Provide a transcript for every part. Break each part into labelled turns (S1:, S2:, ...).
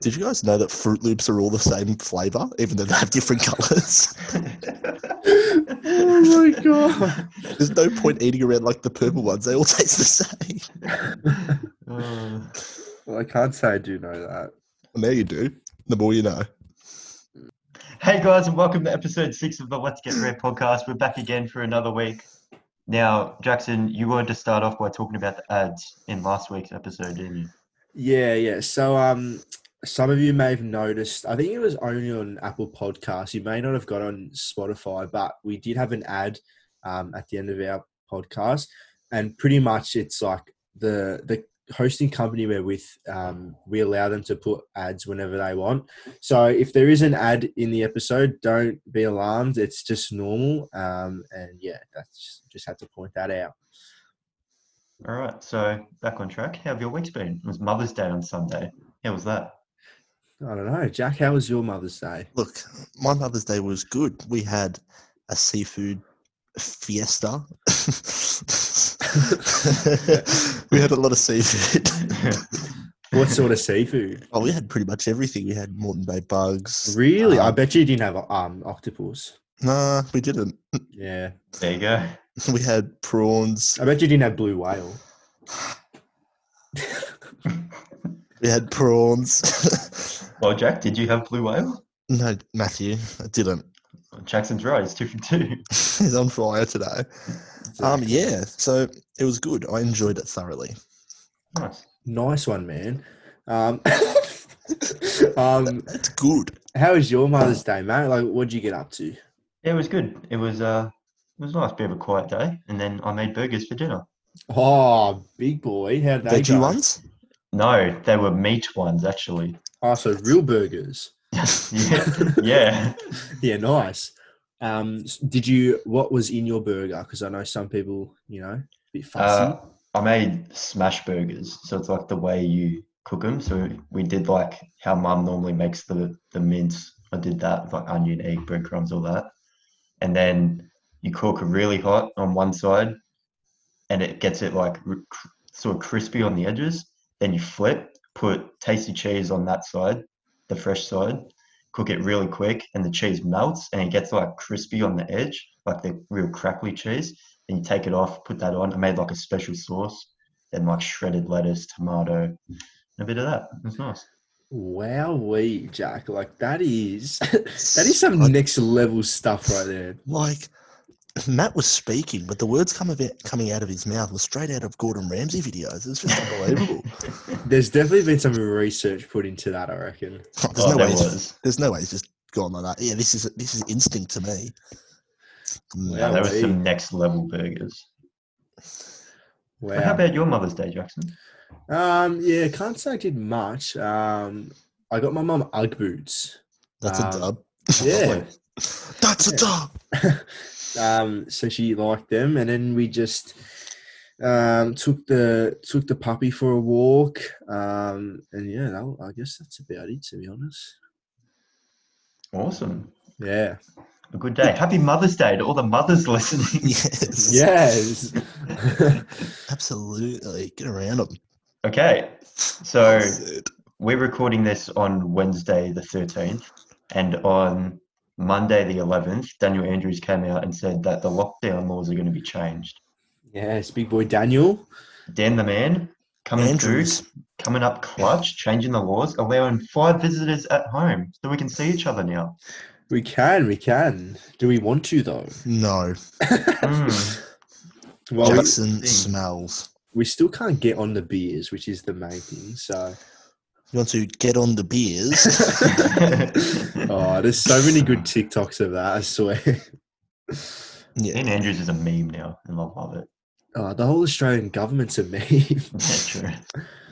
S1: Did you guys know that Fruit Loops are all the same flavour, even though they have different colours?
S2: oh my god.
S1: There's no point eating around like the purple ones; they all taste the same.
S3: Uh,
S2: Well, I can't say I do know that.
S1: Now you do. The more you know.
S3: hey guys, and welcome to episode six of the Let's Get Red podcast. We're back again for another week. Now, Jackson, you wanted to start off by talking about the ads in last week's episode, didn't you?
S2: Yeah, yeah. So um some of you may have noticed, I think it was only on Apple Podcasts. You may not have got on Spotify, but we did have an ad um, at the end of our podcast. And pretty much it's like the the hosting company we're with, um, we allow them to put ads whenever they want. So if there is an ad in the episode, don't be alarmed. It's just normal. Um, and yeah, that's just had to point that out.
S3: All right, so back on track. How have your weeks been? It was Mother's Day on Sunday. How was that?
S2: I don't know. Jack, how was your Mother's Day?
S1: Look, my Mother's Day was good. We had a seafood fiesta. we had a lot of seafood.
S2: What sort of seafood?
S1: Oh, we had pretty much everything. We had Moreton Bay bugs.
S2: Really? I
S1: Um,
S2: bet you didn't have um octopus.
S1: Nah, we didn't.
S2: Yeah.
S3: there you go.
S1: We had prawns.
S2: I bet you didn't have blue whale.
S1: We had prawns.
S3: Well, Jack, did you have blue whale?
S1: no, Matthew, I didn't.
S3: Jackson's right. It's two from two.
S1: He's on fire today. Um, yeah, so it was good. I enjoyed it thoroughly.
S3: Nice.
S2: Nice one, man. Um, um
S1: It's good.
S2: how was your Mother's Day, mate? Like what'd you get up to?
S3: Yeah, it was good. It was uh, it was a nice bit of a quiet day, and then I made burgers for dinner.
S2: Oh, big boy. How'd they
S1: Veggie
S2: go?
S1: ones?
S3: No, they were meat ones actually.
S2: Oh, so real burgers.
S3: Yeah, yeah.
S2: Yeah, nice. Um s- did you what was in your burger? Because I know some people, you know, a bit fussy.
S3: Uh, I made smash burgers, so it's like the way you cook them. So we did like how Mum normally makes the the mince. I did that with like onion, egg, breadcrumbs, all that, and then you cook really hot on one side, and it gets it like r- cr- sort of crispy on the edges. Then you flip, put tasty cheese on that side, the fresh side, cook it really quick, and the cheese melts and it gets like crispy on the edge, like the real crackly cheese. Then you take it off, put that on. I made like a special sauce, then like shredded lettuce, tomato, and a bit of that. It's nice.
S2: Wow, we Jack, like that is that is some next level stuff right there.
S1: Like Matt was speaking, but the words come of it, coming out of his mouth were straight out of Gordon Ramsay videos. It's just unbelievable.
S2: There's definitely been some research put into that, I reckon.
S1: Oh, there's
S3: Oh,
S1: no
S3: there
S1: way. He's,
S3: was.
S1: there's no way he's just gone like that. Yeah, this is this is instinct to me. Mm.
S3: Yeah, there was
S2: way.
S3: some next level burgers. But How
S2: Wow.
S3: about your Mother's Day, Jackson?
S2: Um, yeah, can't say I did much. Um, I got my mum Ugg boots.
S1: That's
S2: Um,
S1: a dub.
S2: Yeah.
S1: That's a
S2: Yeah.
S1: dub.
S2: um, so she liked them, and then we just um took the took the puppy for a walk. Um, and yeah, that, I guess that's about it to be honest.
S3: Awesome.
S2: Yeah.
S3: A good day. Happy Mother's Day to all the mothers listening.
S1: Yes.
S2: Yes.
S1: Absolutely. Get around him.
S3: okay. So
S1: That's it.
S3: we're recording this on Wednesday the 13th, and on Monday the 11th, Daniel Andrews came out and said that the lockdown laws are going to be changed.
S2: yes, big boy Daniel.
S3: Dan the man coming
S1: Andrews.
S3: through, coming up clutch, changing the laws, allowing five visitors at home so we can see each other now.
S2: We can, we can. Do we want to though?
S1: No.
S3: Mm,
S2: Well, we,
S1: Jackson
S3: thing.
S1: smells.
S2: we still can't get on the beers, which is the main thing. So,
S1: You want to get on the beers?
S2: oh, there's so many good TikToks of that. I swear.
S1: yeah.
S3: Dan Andrews is a meme now, and I love it.
S2: Oh, the whole Australian government's a meme.
S3: Yeah, true.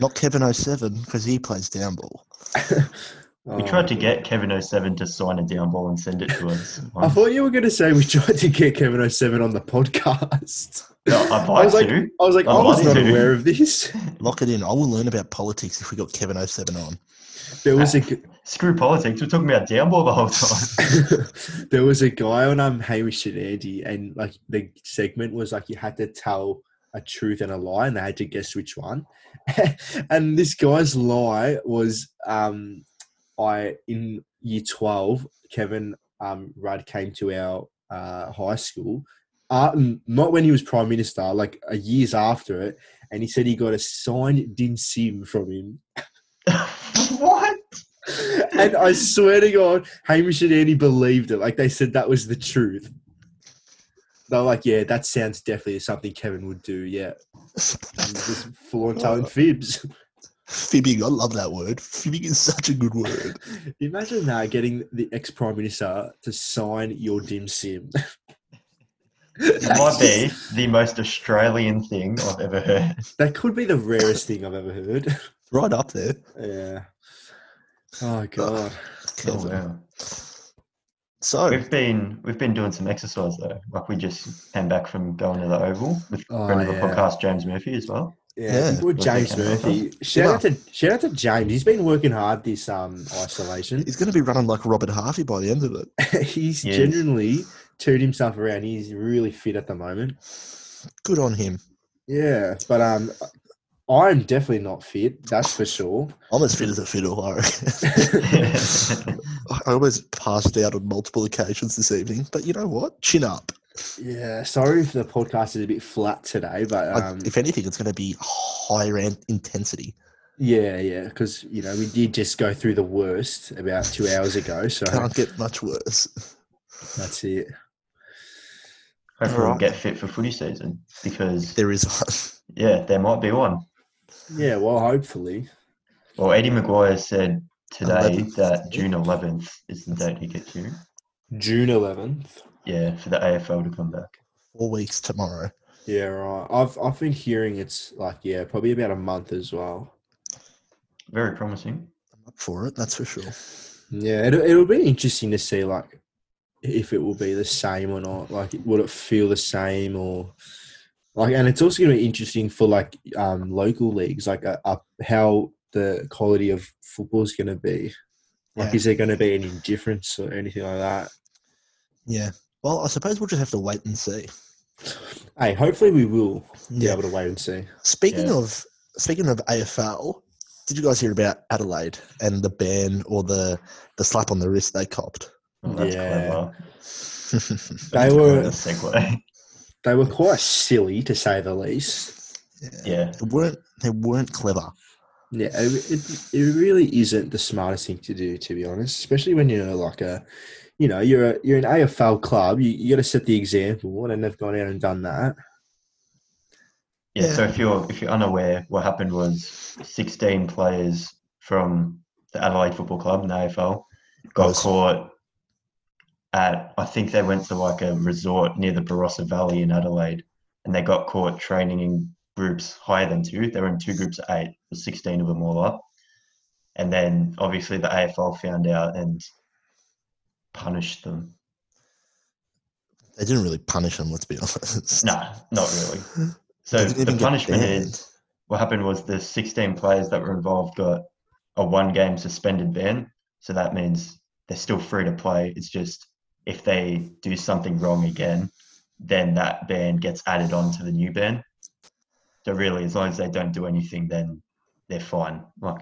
S1: Not Kevin 07 because he plays down ball.
S3: We
S2: Oh,
S3: tried to get Kevin 07 to sign a down ball and send it to us.
S2: I thought you were going to say we tried to get Kevin 07 on the podcast.
S3: No, I'd
S2: I
S3: like
S2: was like-
S3: to.
S2: I was like,
S3: I'd
S2: I was
S3: love
S2: not
S3: to.
S2: aware of this.
S1: Lock it in. I will learn about politics if we got Kevin 07 on.
S2: There was a g-
S3: Screw politics. We're talking about down ball the whole time.
S2: there was a guy on um Hamish and Andy, and like the segment was like you had to tell a truth and a lie, and they had to guess which one. and this guy's lie was um I in year twelve, Kevin um, Rudd came to our uh, high school. Uh, n- not when he was prime minister, like a years after it, and he said he got a signed Din Sim from him.
S3: what?
S2: and I swear to God, Hamish and Andy believed it. Like they said that was the truth. They're like, yeah, that sounds definitely something Kevin would do. Yeah, I'm just full on telling fibs.
S1: Fibbing, I love that word. Fibbing is such a good word.
S2: Imagine that getting the ex prime minister to sign your dim sim.
S3: It might be the most Australian thing I've ever heard.
S2: That could be the rarest thing I've ever heard.
S1: Right up there.
S2: yeah. Oh god.
S3: Oh,
S1: Kevin.
S3: wow.
S1: So,
S3: We've been we've been doing some exercise though. Like we just came back from going to the Oval with
S2: Oh,
S3: friend of the
S2: yeah.
S3: podcast James Murphy as well.
S2: Yeah.
S1: Yeah.
S2: Well, James
S3: Okay.
S2: Murphy. Shout out to shout out to James. He's been working hard this um isolation.
S1: he's going to be running like Robert Harvey by the end of it.
S2: He's
S3: Yes.
S2: genuinely turned himself around. He's really fit at the moment.
S1: Good on him.
S2: Yeah, but um, I'm definitely not fit. That's for sure.
S1: I'm as fit as a fiddle, I reckon.
S3: yeah,
S1: I almost passed out on multiple occasions this evening, but you know what? Chin up.
S2: Yeah, sorry if the podcast is a bit flat today, but
S1: Like,
S2: um,
S1: if anything, it's going to be higher an- intensity.
S2: yeah, yeah, because you know we did just go through the worst about two hours ago, so
S1: Can't get much worse.
S2: that's it.
S3: hopefully we'll
S1: Alright.
S3: get fit for footy season because
S1: There is one.
S3: yeah, there might be one.
S2: Yeah, well, hopefully.
S3: Well, Eddie Maguire said today
S1: 11th,
S3: that
S1: isn't it?
S3: June 11th is the date he gets you.
S2: June eleventh.
S3: Yeah, for the AFL to come back.
S1: Four weeks tomorrow.
S2: Yeah, right. I've I've been hearing it's like yeah, probably about a month as well.
S3: Very promising.
S1: I'm up for it, that's for sure.
S2: Yeah, it'll, it'll be interesting to see like if it will be the same or not. Like, will it feel the same or like? And it's also going to be interesting for like um, local leagues, like uh, up how the quality of football is going to be. Like,
S1: Yeah.
S2: is there going to be any difference or anything like that?
S1: Yeah. Well, I suppose we'll just have to wait and see.
S2: Hey, hopefully we will be
S1: Yeah.
S2: able to wait and see.
S1: Speaking
S3: Yeah.
S1: of speaking of AFL, did you guys hear about Adelaide and the ban or the the slap on the wrist they copped?
S3: Oh, that's
S2: Yeah.
S3: clever.
S2: They
S3: That's a
S2: were-
S3: clever segue.
S2: They were quite silly to say the least.
S3: yeah.
S1: They weren't they weren't clever.
S2: Yeah, it, it, it really isn't the smartest thing to do, to be honest. Especially when you're like a, you know, you're a, you're an AFL club. You, you got to set the example, and they've gone out and done that.
S3: Yeah,
S1: Yeah.
S3: so if you're if you're unaware, what happened was 16 players from the Adelaide Football Club in the AFL got
S1: Nice.
S3: caught at I think they went to like a resort near the Barossa Valley in Adelaide, and they got caught training in groups higher than two. They were in two groups of eight, with 16 of them all up, and then obviously the AFL found out and punished them.
S1: They didn't really punish them, let's be honest.
S3: Nah, not really. So
S1: They didn't
S3: the
S1: even get
S3: punishment
S1: banned.
S3: is what happened was the 16 players that were involved got a one game suspended ban. So that means they're still free to play. It's just if they do something wrong again, then that ban gets added on to the new ban. So really, as long as they don't do anything, then they're fine. Like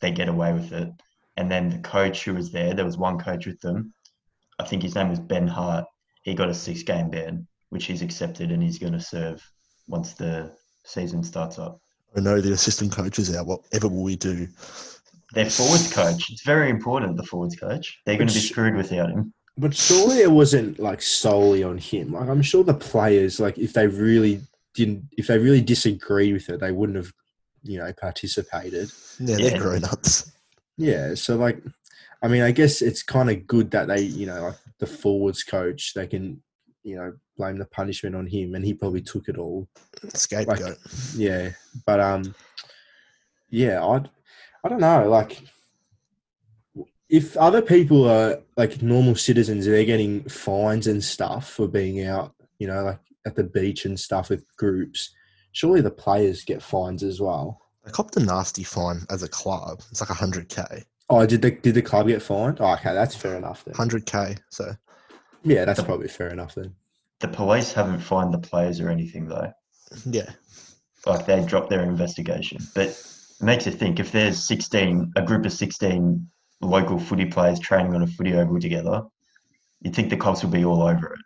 S3: they get away with it. And then the coach who was there, there was one coach with them. I think his name was Ben Hart. He got a six game ban, which he's accepted and he's going to serve once the season starts up.
S1: I know the assistant coach is out. Whatever will we do?
S3: Their forwards coach. It's very important, the forwards coach. They're going to be
S2: Which-
S3: screwed without him.
S2: But surely it wasn't like solely on him. Like I'm sure the players, like if they really didn't, if they really disagreed with it, they wouldn't have, you know, participated.
S1: Yeah,
S3: Yeah.
S1: they're grown ups.
S2: Yeah. So like, I mean, I guess it's kind of good that they, you know, like the forwards coach, they can, you know, blame the punishment on him, and he probably took it all.
S1: Scapegoat.
S2: Yeah, but um, yeah, I, I don't know. Like, if other people are like normal citizens, they're getting fines and stuff for being out, you know, like at the beach and stuff with groups. Surely the players get fines as well.
S1: they copped a nasty fine as a club. It's like hundred k,
S2: Oh, did the did the club get fined? Oh, okay, that's fair enough then.
S1: hundred k. So
S2: Yeah, that's probably fair enough then.
S3: The police haven't fined the players or anything, though.
S1: yeah,
S3: Like, they've dropped their investigation. But it makes you think if there's 16, a group of 16 local footy players training on a footy oval together, you'd think the cops would be all over it.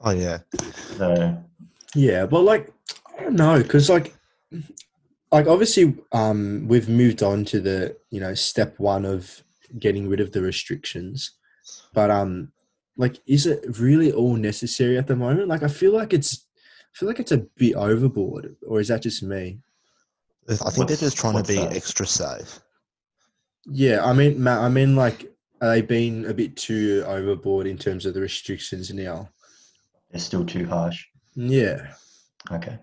S1: Oh yeah,
S3: So
S2: Yeah, but like I don't know, because like like obviously um we've moved on to the you know step one of getting rid of the restrictions, but um like is it really all necessary at the moment? Like I feel like it's I feel like it's a bit overboard, or is that just me?
S1: I think they're
S3: What's-
S1: just trying to
S3: what's
S1: be
S3: that?
S1: extra safe.
S2: Yeah, I mean, Matt, I mean like are they being a bit too overboard in terms of the restrictions now?
S3: it's still too harsh.
S2: Yeah.
S3: Okay.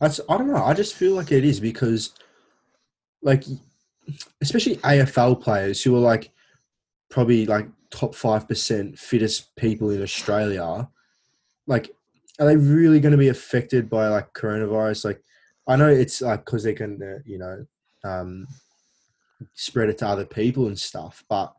S2: That's I don't know. I just feel like it is because, like, especially AFL players who are like probably like top five percent fittest people in Australia, like, are they really going to be affected by like coronavirus? Like, I know it's like because they're going to you know um, spread it to other people and stuff, but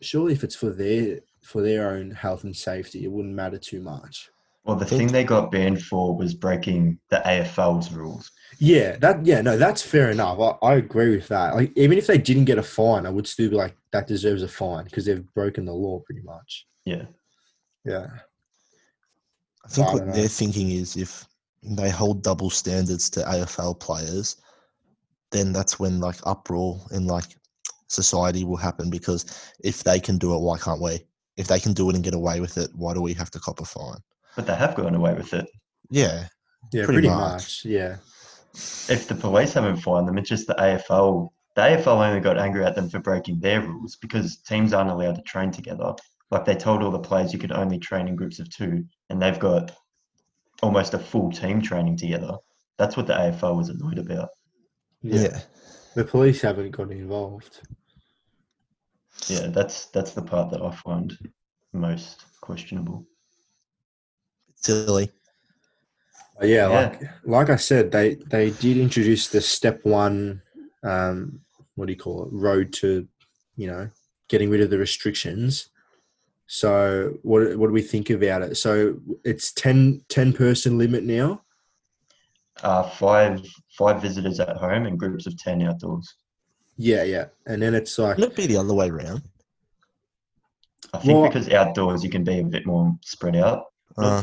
S2: surely if it's for their for their own health and safety, it wouldn't matter too much.
S3: Well, the
S1: Think-
S3: thing they got banned for was breaking the AFL's rules.
S2: Yeah, that yeah, no, that's fair enough. I, I agree with that. Like even if they didn't get a fine, I would still be like, that deserves a fine because they've broken the law pretty much.
S3: Yeah.
S2: Yeah.
S1: I think
S2: I
S1: what
S2: dunno.
S1: they're thinking is if they hold double standards to AFL players, then that's when like uproar in like society will happen because if they can do it, why can't we? If they can do it and get away with it, why do we have to cop a fine?
S3: But they have gotten away with it.
S1: Yeah,
S2: Yeah, pretty,
S1: Pretty
S2: much.
S1: much.
S2: Yeah.
S3: If the police haven't fined them, it's just the AFL. The AFL only got angry at them for breaking their rules because teams aren't allowed to train together. Like they told all the players you could only train in groups of two, and they've got almost a full team training together. That's what the AFL was annoyed about.
S2: yeah.
S1: yeah.
S2: The police haven't got involved.
S3: Yeah, that's that's the part that I find most questionable.
S1: Silly.
S2: But yeah,
S3: Yeah.
S2: like like I said, they they did introduce the step one um what do you call it? Road to, you know, getting rid of the restrictions. So what what do we think about it? So it's 10, 10 person limit now.
S3: Uh, five five visitors at home and groups of ten outdoors.
S2: Yeah, yeah. And then it's like,
S1: Can it be the other way around?
S3: I think
S2: Well-
S3: because outdoors you can be a bit more spread out.
S1: Uh,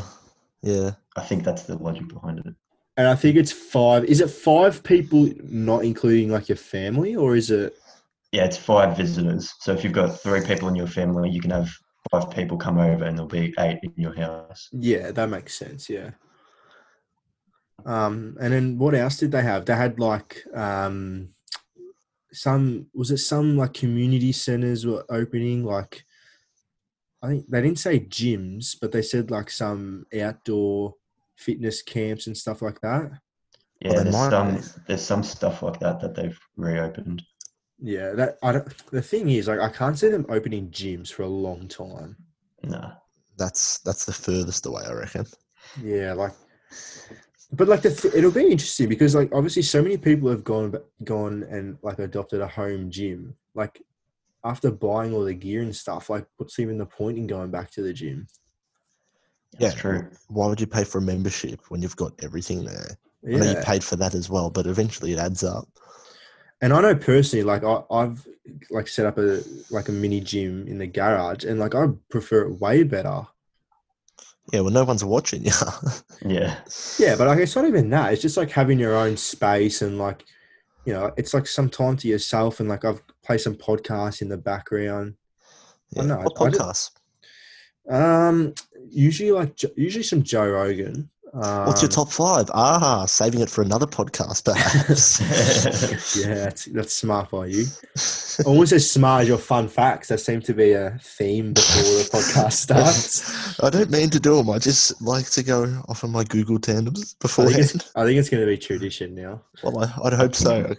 S1: yeah.
S3: I think that's the logic behind it.
S2: and I think it's five. Is it five people, not including like your family, or is it?
S3: Yeah, it's five visitors. So if you've got three people in your family, you can have five people come over and there'll be eight in your house.
S2: Yeah, that makes sense. Yeah. Um, and then what else did they have? They had like um, some was it some like community centers were opening like. I think they didn't say gyms, but they said like some outdoor fitness camps and stuff like that.
S3: Yeah,
S1: Well, they
S3: there's
S1: might
S3: some
S1: be.
S3: there's some stuff like that that they've reopened.
S2: Yeah, that I don't. The thing is, like, I can't see them opening gyms for a long time.
S3: Nah.
S1: That's that's the furthest away, I reckon.
S2: Yeah, like, but like the th- it'll be interesting because like obviously so many people have gone gone and like adopted a home gym. Like after buying all the gear and stuff, like what's even the point in going back to the gym?
S3: That's
S1: Yeah.
S3: true.
S1: Why would you pay for a membership when you've got everything there? I know you
S2: Yeah,
S1: paid for that as well, but eventually it adds up.
S2: and I know personally, like I, I've like set up a like a mini gym in the garage, and like I prefer it way better.
S1: Yeah, well, no one's watching you.
S3: Yeah.
S2: Yeah, but like it's not even that. It's just like having your own space and like, you know, it's like some time to yourself and like I've play some podcasts in the background.
S1: yeah.
S2: know,
S1: What
S2: I did-
S1: podcast?
S2: Um, usually like Jo- usually some Joe Rogan. Um,
S1: What's your top five? Ah, saving it for another podcast, perhaps.
S2: Um, Yeah, that's, that's smart by you. Almost as smart as your fun facts. That seem to be a theme before the podcast starts.
S1: I don't mean to do them. I just like to go off on my Google tandems
S2: I think it's,
S1: beforehand.
S2: I think it's going to be tradition now.
S1: Well, I, I'd hope so.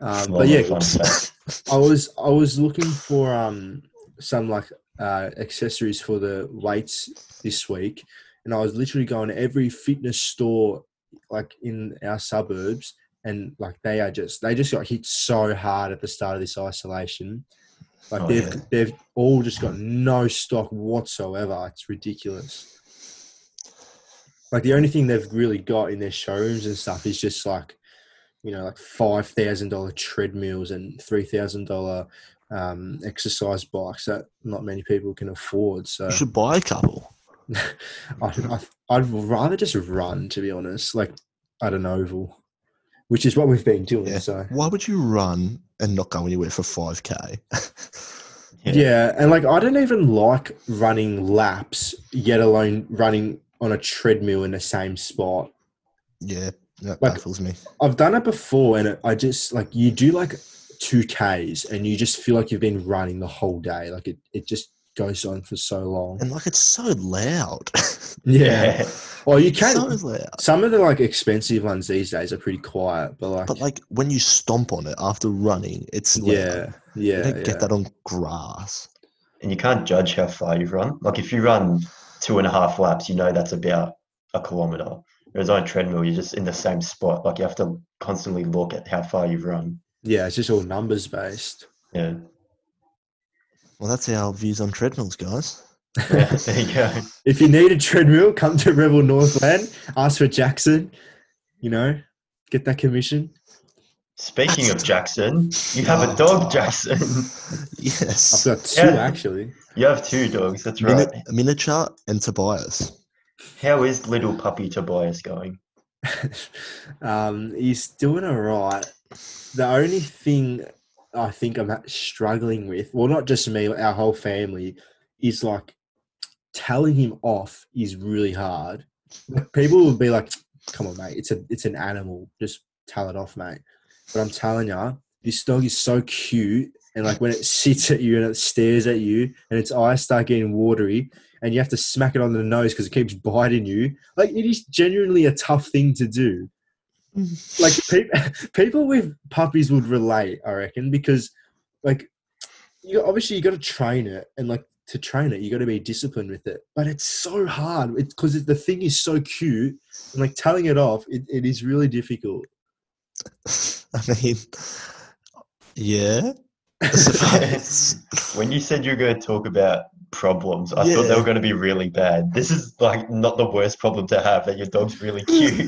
S2: Um,
S3: Well,
S2: but yeah,
S3: fun fact.
S2: I was I was looking for um some like uh accessories for the weights this week, and I was literally going to every fitness store like in our suburbs, and like they are just they just got hit so hard at the start of this isolation. Like
S3: Oh,
S2: they've
S1: yeah.
S2: they've all just got no stock whatsoever. It's ridiculous. Like the only thing they've really got in their showrooms and stuff is just like you know, like five thousand dollar treadmills and three thousand dollar um, exercise bikes that not many people can afford. So
S1: You should buy a couple.
S2: I'd, I'd- I'd rather just run, to be honest, like at an oval, which is what we've been doing.
S1: Yeah.
S2: So
S1: Why would you run and not go anywhere for 5K?
S2: yeah. and like I don't even like running laps, yet alone running on a treadmill in the same spot.
S1: yeah, that
S2: Like-
S1: baffles me.
S2: I've done it before, and it, I just like you do like two Ks, and you just feel like you've been running the whole day. Like it, it just goes on for so long.
S1: And like, it's so loud.
S2: Yeah. Well, you can.
S1: so loud.
S2: Some of the like expensive ones these days are pretty quiet, but like,
S1: But like, when you stomp on it after running, it's loud.
S2: yeah,
S1: You
S2: yeah,
S1: don't
S2: yeah.
S1: get that on grass.
S3: and you can't judge how far you've run. Like if you run two and a half laps, you know that's about a kilometer. Whereas on a treadmill, you're just in the same spot. Like you have to constantly look at how far you've run.
S2: Yeah, it's just all numbers based.
S3: Yeah,
S1: Well, that's our views on treadmills, guys.
S3: yeah there you go.
S2: If you need a treadmill, come to Rebel Northland, ask for Jackson, you know, get that commission.
S3: Speaking of
S1: That's-
S3: Jackson, you have a
S1: Oh.
S3: dog, Jackson.
S2: I've
S1: yes.
S2: got two
S3: Yeah.
S2: actually.
S3: You have two dogs. That's right.
S1: Mini- miniature and Tobias.
S3: How is little puppy Tobias going?
S2: um, he's doing all right. The only thing I think I'm struggling with, well, not just me, our whole family, is like telling him off is really hard. Like, People will be like, "Come on, mate, it's a it's an animal. Just tell it off, mate." But I'm telling you, this dog is so cute, and like when it sits at you and it stares at you, and its eyes start getting watery, and you have to smack it on the nose because it keeps biting you. Like it is genuinely a tough thing to do. Like pe- people with puppies would relate, I reckon, because like you obviously you got to train it, and like to train it, you got to be disciplined with it. But it's so hard because the thing is so cute, and like telling it off, it, it is really difficult.
S1: I mean, yeah. I suppose.
S3: When you said you were going to talk about problems, I thought they
S1: Yeah.
S3: were going to be really bad. This is like not the worst problem to have that your dog's really cute.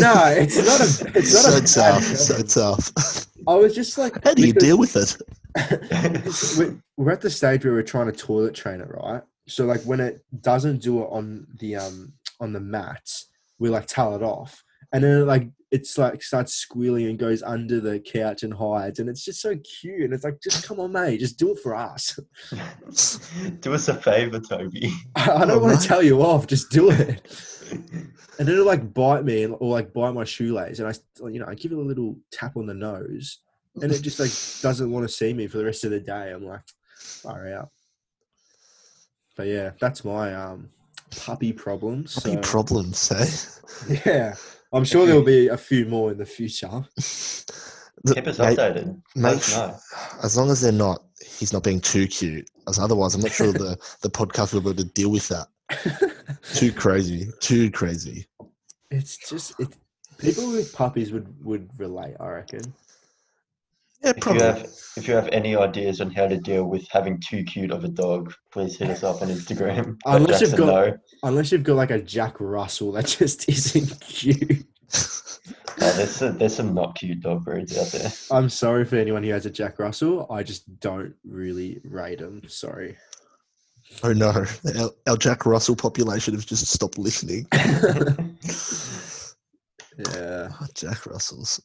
S2: No, it's not a. It's not
S1: so
S2: a bad
S1: tough.
S2: job.
S1: So tough.
S2: I was just like,
S1: How do you
S2: because-
S1: deal with it?
S2: It's- we're, we're at the stage where we're trying to toilet train it, right? So like when it doesn't do it on the um on the mats, we like towel it off, and then it, like it's like starts squealing and goes under the couch and hides, and it's just so cute, and it's like just come on, mate, just do it for us.
S3: Do us a favor, Toby.
S2: I, I don't
S1: Oh,
S2: want
S1: right.
S2: to tell you off, just do it. And then it'll like bite me and- or like bite my shoelace, and I s- you know I give it a little tap on the nose, and it just like doesn't want to see me for the rest of the day. I'm like, far out. But yeah, that's my um puppy problems.
S1: Any
S2: so-
S1: problems, eh?
S2: yeah, I'm sure there'll be a few more in the future.
S1: Look,
S3: Keep us
S1: mate,
S3: updated. Let
S1: mate,
S3: us know.
S1: as long as they're not, he's not being too cute. As otherwise, I'm not sure the, the podcast will be able to deal with that. Too crazy. Too crazy.
S2: it's just it. People with puppies would would relate, I reckon.
S1: Yeah,
S3: If you
S1: probably.
S3: have if you have any ideas on how to deal with having too cute of a dog, please hit us up on Instagram. Let
S2: Unless you've
S3: Jackson
S2: got-
S3: know.
S2: Unless you've got like a Jack Russell that just isn't cute.
S3: Oh, there's there's some not cute dog breeds out there.
S2: I'm sorry for anyone who has a Jack Russell. I just don't really rate him. Sorry.
S1: Oh no, our, our Jack Russell population have just stopped listening.
S2: Yeah.
S1: Oh, Jack Russells.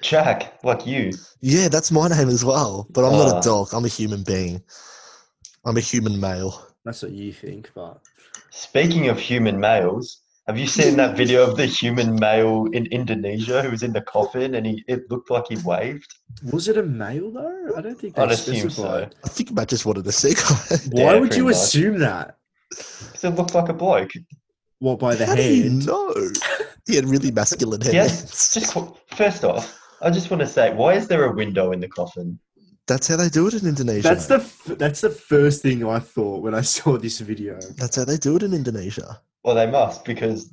S3: Jack, like you.
S1: Yeah, that's my name as well. But I'm not
S3: Ah.
S1: a dog. I'm a human being. I'm a human male.
S2: That's what you think, but
S3: Speaking of human males, have you seen that video of the human male in Indonesia who was in the coffin and he it looked like he waved?
S2: was it a male though? I don't think
S3: I'd
S2: they
S3: assume so.
S2: specified.
S1: I think I just wanted to see guys.
S2: Why
S3: Yeah,
S2: would
S3: pretty
S2: you
S3: much.
S2: assume that?
S3: Because it looked like a bloke.
S2: What by the
S1: How do you
S2: hand?
S1: know? He had really masculine
S3: Yeah,
S1: hands.
S3: just first off, I just want to say, why is there a window in the coffin?
S1: That's how they do it in Indonesia.
S2: That's the f- that's the first thing I thought when I saw this video.
S1: That's how they do it in Indonesia.
S3: Well, they must because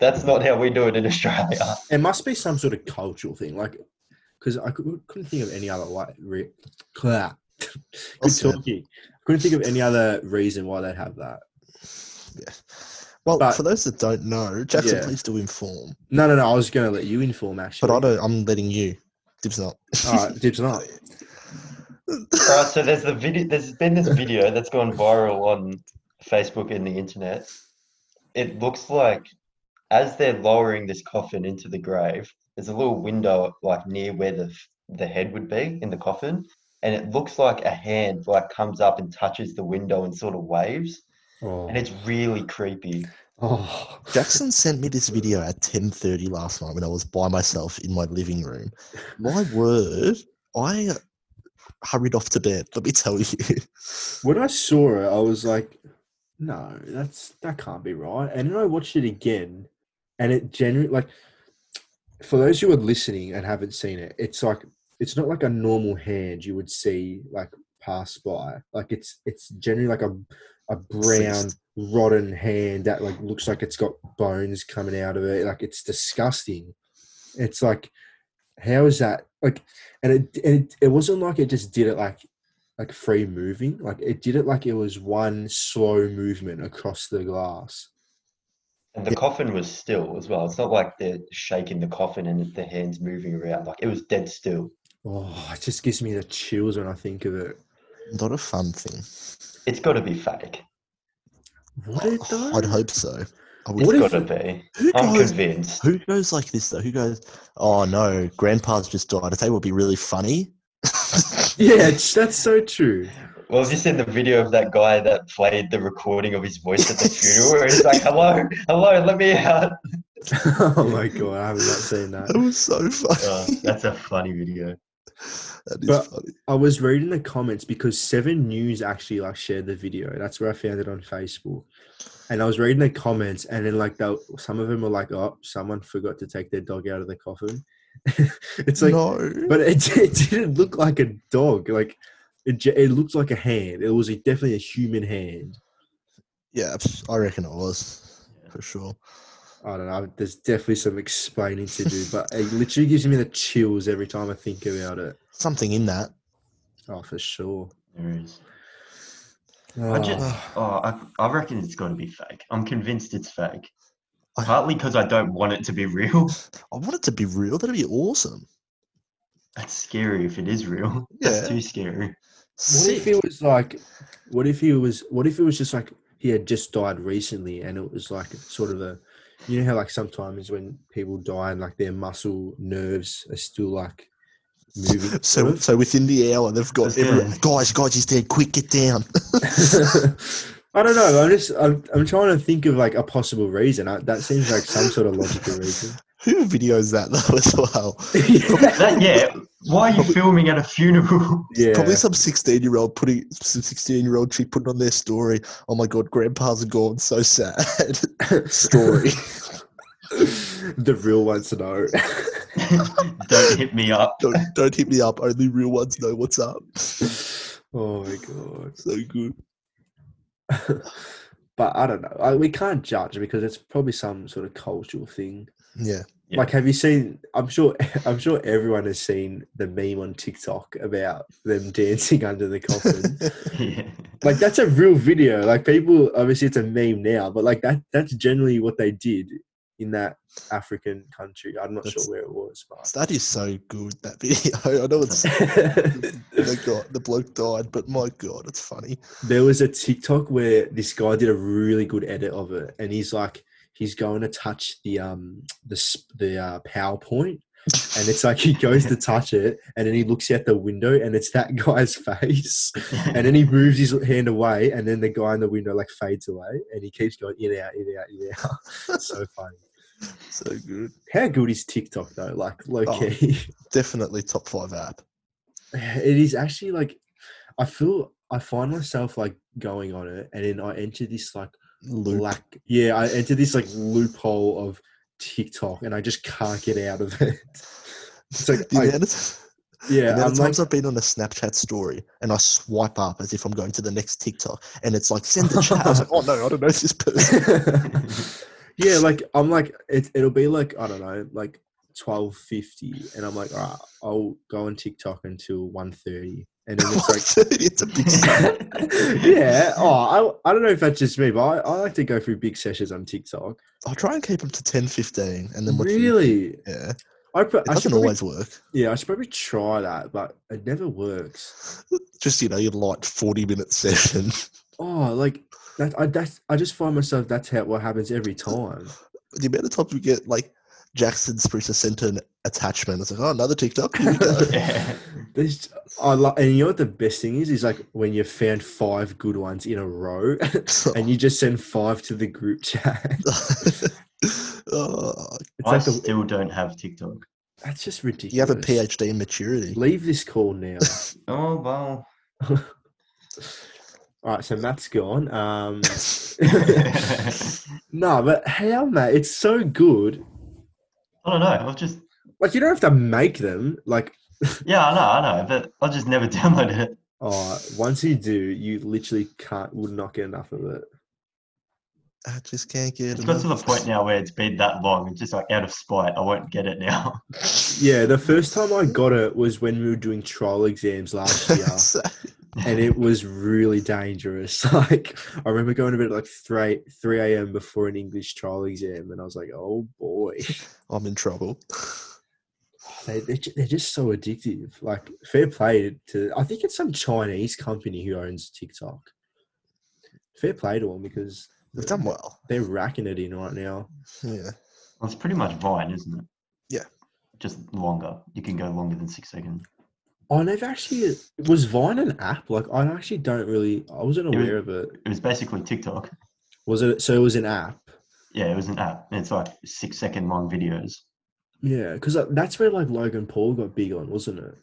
S3: that's not how we do it in Australia.
S2: It must be some sort of cultural thing, like because I could, couldn't think of any other like re- Good
S1: Also-
S2: talking. Couldn't think of any other reason why they have that.
S1: Yeah. Well,
S2: But-
S1: for those that don't know, Jackson,
S2: Yeah.
S1: please do inform.
S2: No, no, no. I was going to let you inform actually.
S1: But I don't. I'm letting you. Dibs not.
S2: All right, dibs not.
S3: Alright, Oh, so there's the video. There's been this video that's gone viral on Facebook and the internet. It looks like as they're lowering this coffin into the grave, there's a little window like near where the f- the head would be in the coffin, and it looks like a hand like comes up and touches the window and sort of waves,
S2: Oh.
S3: and it's really creepy.
S2: oh.
S1: Jackson sent me this video at 10:30 last night when I was by myself in my living room. My word, I hurried off to bed. Let me tell you.
S2: When I saw it, I was like, "No, that's that can't be right." And then I watched it again, and it genuinely like for those who are listening and haven't seen it, it's like it's not like a normal hand you would see like pass by. Like it's it's generally like a a brown
S1: Cyst.
S2: rotten hand that like looks like it's got bones coming out of it. Like it's disgusting. It's like how is that like? And it and it, it wasn't like it just did it like like free moving. Like it did it like it was one slow movement across the glass.
S3: And the
S1: Yeah.
S3: coffin was still as well. It's not like they're shaking the coffin and the hands moving around. Like it was dead still.
S2: Oh, it just gives me the chills when I think of it.
S1: Not a fun thing.
S3: It's got to be fake.
S2: What it though?
S1: Oh, I'd hope so. I would.
S3: It's
S2: What if-
S3: got to be.
S1: who
S3: I'm
S1: goes?
S3: convinced.
S1: Who goes like this though? Who goes? Oh no, grandpa's just died. I think it would be really funny.
S2: Yeah, it's, that's so true.
S3: Well, have you seen the video of that guy that played the recording of his voice at the funeral? Where he's like, "Hello, hello, let me out."
S2: oh my god, I have not seen that.
S1: that was so funny.
S3: Oh, that's a funny video.
S1: that is
S2: But-
S1: funny.
S2: I was reading the comments because Seven News actually like shared the video. That's where I found it on Facebook. And I was reading the comments, and then like they, some of them were like, "Oh, someone forgot to take their dog out of the coffin." it's like,
S1: no.
S2: but it, it didn't look like a dog. Like it, ge- it looked like a hand. It was a, definitely a human hand.
S1: yeah, I reckon it was for sure.
S2: I don't know. There's definitely some explaining to do, but it literally gives me the chills every time I think about it.
S1: Something in that.
S2: Oh, for sure.
S3: There is. I just,
S1: Ah,
S3: oh, I, I reckon it's got to be fake. I'm convinced it's fake.
S1: I-
S3: Partly because I don't want it to be real.
S1: I want it to be real. That'd be awesome.
S3: That's scary if it is real.
S1: Yeah.
S3: That's too scary.
S2: What
S1: Sick.
S2: if it was like? What if he was? What if it was just like he had just died recently, and it was like sort of a, you know how like sometimes when people die and like their muscle nerves are still like moving.
S1: So, so within the hour, they've got
S3: That's good.
S1: everyone. Guys, guys, he's dead. Quick, get down.
S2: I don't know. I'm just I'm, I'm trying to think of like a possible reason. I, that seems like some sort of logical reason.
S1: Who videos that though as well?
S2: yeah.
S3: That, yeah. Why are you filming at a funeral?
S1: Probably some sixteen-year-old putting some sixteen-year-old chick putting on their story. Oh my god, grandpa's gone. So sad story.
S2: the real ones to know.
S3: don't hit me up.
S1: don't don't hit me up. Only real ones know what's up.
S2: oh my god.
S1: So good.
S2: but I don't know. I, we can't judge because it's probably some sort of cultural thing.
S1: Yeah.
S3: Yeah.
S2: Like, have you seen? I'm sure. I'm sure everyone has seen the meme on TikTok about them dancing under the coffin.
S3: Yeah.
S2: like, that's a real video. Like, people obviously it's a meme now, but like that—that's generally what they did in that African country. I'm not
S1: That's-
S2: sure where it was, but
S1: that is so good. That video. I know it's. the, guy, the bloke died, but my god, it's funny.
S2: there was a TikTok where this guy did a really good edit of it, and he's like, he's going to touch the um the s- the uh, PowerPoint, and it's like he goes to touch it, and then he looks out the window, and it's that guy's face, and then he moves his hand away, and then the guy in the window like fades away, and he keeps going in out in out in out. It's so funny.
S1: So good.
S2: How good is TikTok though? Like low
S1: Oh.
S2: key.
S1: Definitely top five app.
S2: it is actually like I feel I find myself like going on it and then I enter this like
S1: Loop.
S2: lack yeah, I enter this like loophole of TikTok and I just can't get out of it. It's like
S1: the
S2: I-
S1: amount of, the
S2: Yeah,
S1: amount
S2: I'm
S1: of
S2: like
S1: times I've been on a Snapchat story and I swipe up as if I'm going to the next TikTok, and it's like send the chat. I was like, oh no, I don't know this person.
S2: Yeah, like I'm like it, it'll be like I don't know, like twelve fifty and I'm like, all right, I'll go on TikTok until 1.30 and then it's like
S1: it's a big step.
S2: yeah. Oh, I, I don't know if that's just me, but I, I like to go through big sessions on TikTok.
S1: I'll try and keep them to 10, 15 and then watch them.
S2: Really?
S1: Yeah. It
S2: I, pro- I should
S1: doesn't
S2: probably,
S1: always work.
S2: yeah, I should probably try that, but it never works.
S1: Just, you know, your light 40 minute session.
S2: Oh, like that. I that's I just find myself that's how what happens every time.
S1: The amount of times we get like Jackson Sprucer sent an attachment. It's like, oh, another TikTok. Here we go.
S3: yeah.
S2: There's I like, and you know what the best thing is is like when you found five good ones in a row, and you just send five to the group chat.
S1: Oh,
S2: It's
S3: I
S2: like the,
S3: still don't have TikTok.
S2: that's just ridiculous.
S1: you have a PhD in maturity.
S2: Leave this call now.
S3: Oh well.
S2: All right, so Matt's gone. Um, no, but how, mate? It's so good.
S3: I don't know. I've just
S2: Like you don't have to make them. Like,
S3: yeah, I know, I know, but I just never downloaded it.
S2: oh, once you do, you literally can't. Would not get enough of it.
S1: I just can't get
S3: It's got to the point now where it's been that long. It's just like out of spite, I won't get it now.
S2: Yeah, the first time I got it was when we were doing trial exams last year,
S1: So-
S2: and it was really dangerous. Like, I remember going to bed at like three three a.m. before an English trial exam, and I was like, oh boy.
S1: I'm in trouble.
S2: They, they're, ju- they're just so addictive. Like, fair play to, I think it's some Chinese company who owns TikTok. Fair play to them because
S1: We've done well.
S2: they're racking it in right now.
S1: Yeah.
S3: Well, it's pretty much Vine, isn't it?
S1: Yeah.
S3: Just longer. You can go longer than six seconds.
S2: I never actually, was Vine an app? Like, I actually don't really, I wasn't
S3: It was-
S2: aware of it.
S3: It was basically TikTok.
S2: Was it, so it was an app?
S3: Yeah, it was an app. And it's like six second long videos.
S2: Yeah, because that's where like Logan Paul got big on, wasn't it?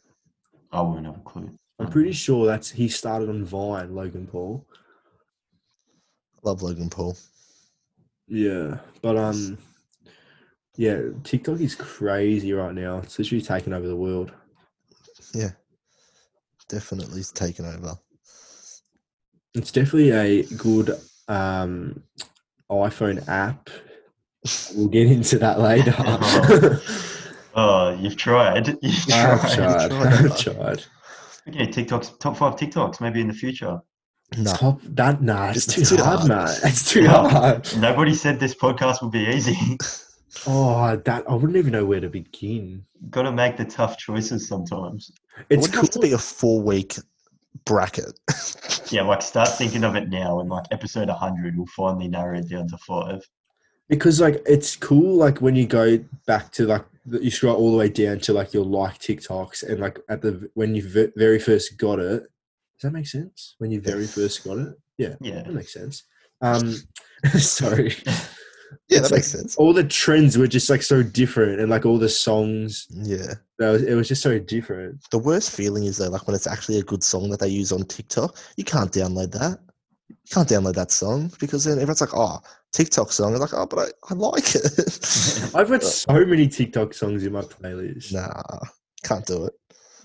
S3: I wouldn't have a clue.
S2: I'm
S1: Mm.
S2: pretty sure that's, he started on Vine, Logan Paul.
S1: Love Logan Paul.
S2: Yeah, but um, yeah, TikTok is crazy right now. It's literally taking over the world.
S1: Definitely is taken over.
S2: It's definitely a good um, iPhone app. We'll get into that later.
S3: Oh, you've tried. You've
S2: I've
S3: tried.
S2: tried. I've tried.
S3: Okay, TikToks, top five TikToks, maybe in the future.
S1: No.
S2: Top that nah, it's
S1: It's
S2: too,
S1: too
S2: hard,
S1: hard.
S2: mate. It's too
S3: Yeah.
S2: hard.
S3: Nobody said this podcast would be easy.
S2: Oh, that I wouldn't even know where to begin.
S3: Got to make the tough choices sometimes.
S1: It
S2: It's
S1: would have to
S2: cool.
S1: be a four week bracket.
S3: Yeah, like start thinking of it now, and like episode 100, we'll finally narrow it down to five.
S2: because like it's cool like when you go back to like the- you scroll all the way down to like your like TikToks and like at the when you ve- very first got it. Does that make sense? When you very first got it, yeah,
S3: Yeah.
S2: that makes sense. Um, sorry.
S1: yeah,
S2: It's
S1: that
S2: like-
S1: makes sense.
S2: all the trends were just like so different and like all the songs
S1: Yeah.
S2: that was, it was just so different
S1: The worst feeling is though, like when it's actually a good song that they use on TikTok, you can't download that. You can't download that song because then everyone's like, oh, TikTok song. It's like, oh, but I, I like it.
S2: i've got so many tiktok songs in my playlist
S1: nah, can't do it.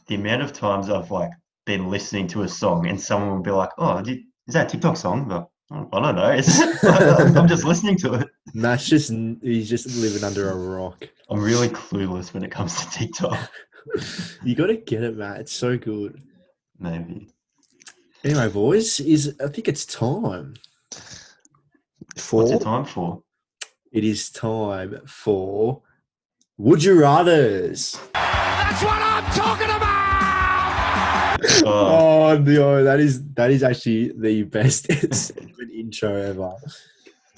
S3: the amount of times I've like been listening to a song and someone will be like, "Oh, did, is that a TikTok song?" But "Oh, I don't know. Is it? I'm just listening to it.
S2: And that's just he's just living under a rock
S3: I'm really clueless when it comes to TikTok.
S2: you gotta get it matt it's so good
S3: Maybe.
S2: anyway boys is i think it's time
S3: What's
S1: Four.
S3: it time for?
S2: it is time for would you rather's
S4: That's what I'm talking about!
S3: Oh,
S2: oh no that is that is actually the best segment intro ever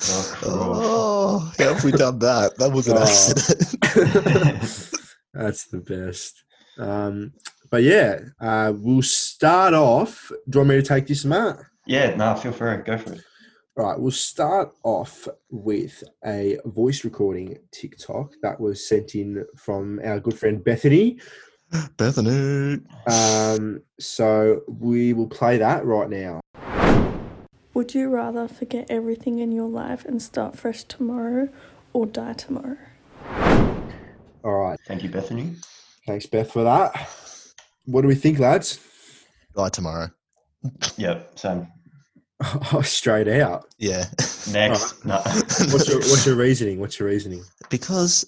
S3: oh, cool.
S1: Oh, how have we done that? That was an
S2: Oh.
S1: accident.
S2: That's the best. Um, but yeah, uh, we'll start off. Do you want me to take this, Matt?
S3: yeah, nah, feel free, go for it.
S2: All right, we'll start off with a voice recording TikTok that was sent in from our good friend Bethany.
S1: Bethany.
S2: Um, so we will play that right now.
S5: Would you rather forget everything in your life and start fresh tomorrow or die tomorrow?
S2: All right,
S3: Thank you, Bethany.
S2: thanks, Beth, for that. What do we think, lads?
S1: Die tomorrow.
S3: Yep, same.
S2: Oh, Straight out.
S1: Yeah.
S3: Next, nah.
S2: What's your, what's your reasoning? What's your reasoning?
S1: because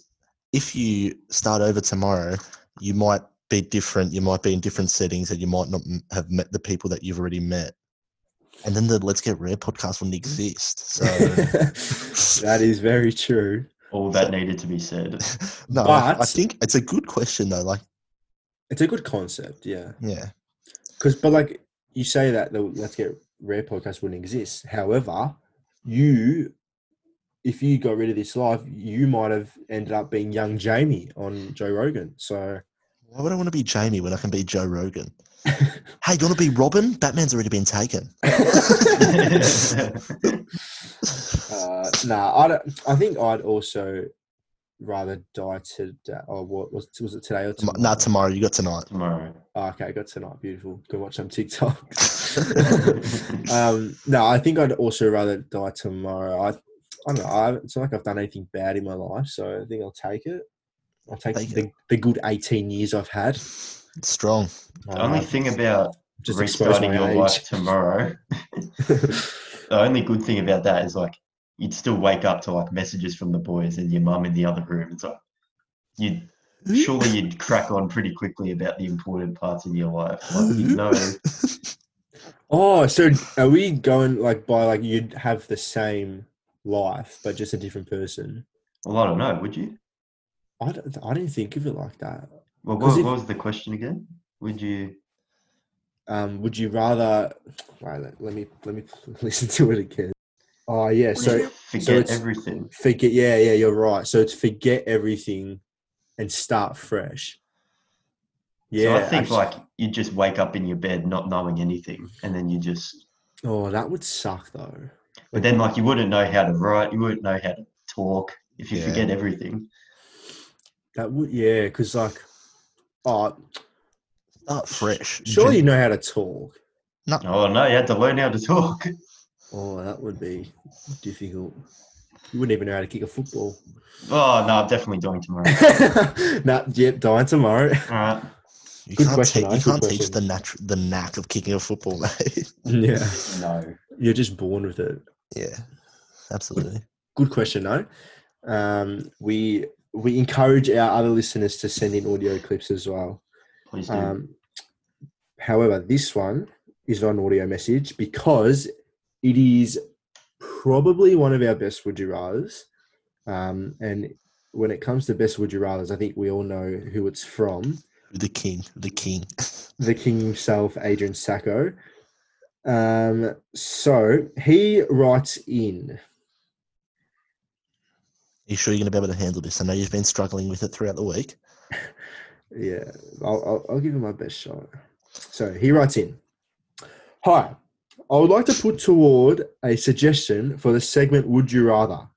S1: if you start over tomorrow, you might be different. You might be in different settings, and you might not m- have met the people that you've already met. And then the Let's Get Rare podcast
S2: Mm.
S1: wouldn't exist. So
S2: that is very true.
S3: All that needed to be said.
S1: no, I- I
S2: But-
S1: think it's a good question though. Like,
S2: It's a good concept, yeah.
S1: yeah,
S2: Because, but like you say that the Let's Get Rare podcast wouldn't exist. However, you, if you got rid of this life, you might have ended up being young Jamie on Joe Rogan. So
S1: why would I want to be Jamie when I can be Joe Rogan? hey, you want to be Robin? Batman's already been taken.
S2: Uh, nah, I don't, I think I'd also rather die today. Or what was was it today or
S1: Tom-
S2: tomorrow?
S1: nah, tomorrow you got tonight.
S3: Tomorrow.
S2: Oh, okay, I got tonight. Beautiful. Go watch some TikTok. um, no, I think I'd also rather die tomorrow. I, I don't know. I, it's not like I've done anything bad in my life, so I think I'll take it. I'll take,
S1: Take
S2: the, the good eighteen years I've had. Uh,
S1: Strong.
S3: The only thing about
S2: just expose
S3: restarting
S2: my
S3: your
S2: age.
S3: life tomorrow, the only good thing about that is like you'd still wake up to like messages from the boys and your mum in the other room. It's like you
S2: Hmm?
S3: would surely you'd crack on pretty quickly about the important parts of your life.
S2: Hmm?
S3: Like you know
S2: oh, so are we going like by like you'd have the same life but just a different person?
S3: well, I don't know, would you?
S2: I, don't, I didn't think of it like that.
S3: Well what,
S2: 'Cause if-
S3: what was the question again? Would you
S2: Um, would you rather? Right, let, let me let me listen to it again. Oh yeah,
S3: would
S2: so
S3: you forget
S2: it's-
S3: everything?
S2: forget. Yeah, yeah, you're right. So it's forget everything and start fresh. Yeah,
S3: so I think
S2: actu-
S3: like you just wake up in your bed not knowing anything, and then you just.
S2: oh, that would suck though.
S3: But then like you wouldn't know how to write, you wouldn't know how to talk if you
S1: Yeah.
S3: forget everything.
S2: That would yeah, because like, oh,
S1: Start fresh.
S2: surely you know how to talk.
S3: Oh no, you had to learn how to talk.
S2: Oh, that would be difficult. You wouldn't even know how to kick a football.
S3: Oh no, I'm definitely doing tomorrow.
S2: nah, yep, dying tomorrow.
S3: All right.
S1: You
S2: Good
S1: can't,
S2: question,
S1: te-
S2: mate,
S1: you
S2: good
S1: can't teach
S2: question.
S1: the nat- the knack of kicking a football, mate.
S2: yeah,
S3: No.
S2: you're just born with it.
S1: yeah, absolutely.
S2: good question though. Um, we we encourage our other listeners to send in audio clips as well.
S3: Please do.
S2: Um, however, this one is not an audio message because it is probably one of our best would you rather's. Um, and when it comes to best would you rather's, I think we all know who it's from
S1: The king, the king.
S2: the king himself, Adrian Sacco. Um, so he writes in.
S1: you sure you're going to be able to handle this? I know you've been struggling with it throughout the week.
S2: Yeah, I'll, I'll, I'll give him my best shot. So he writes in Hi, I would like to put toward a suggestion for the segment Would You Rather?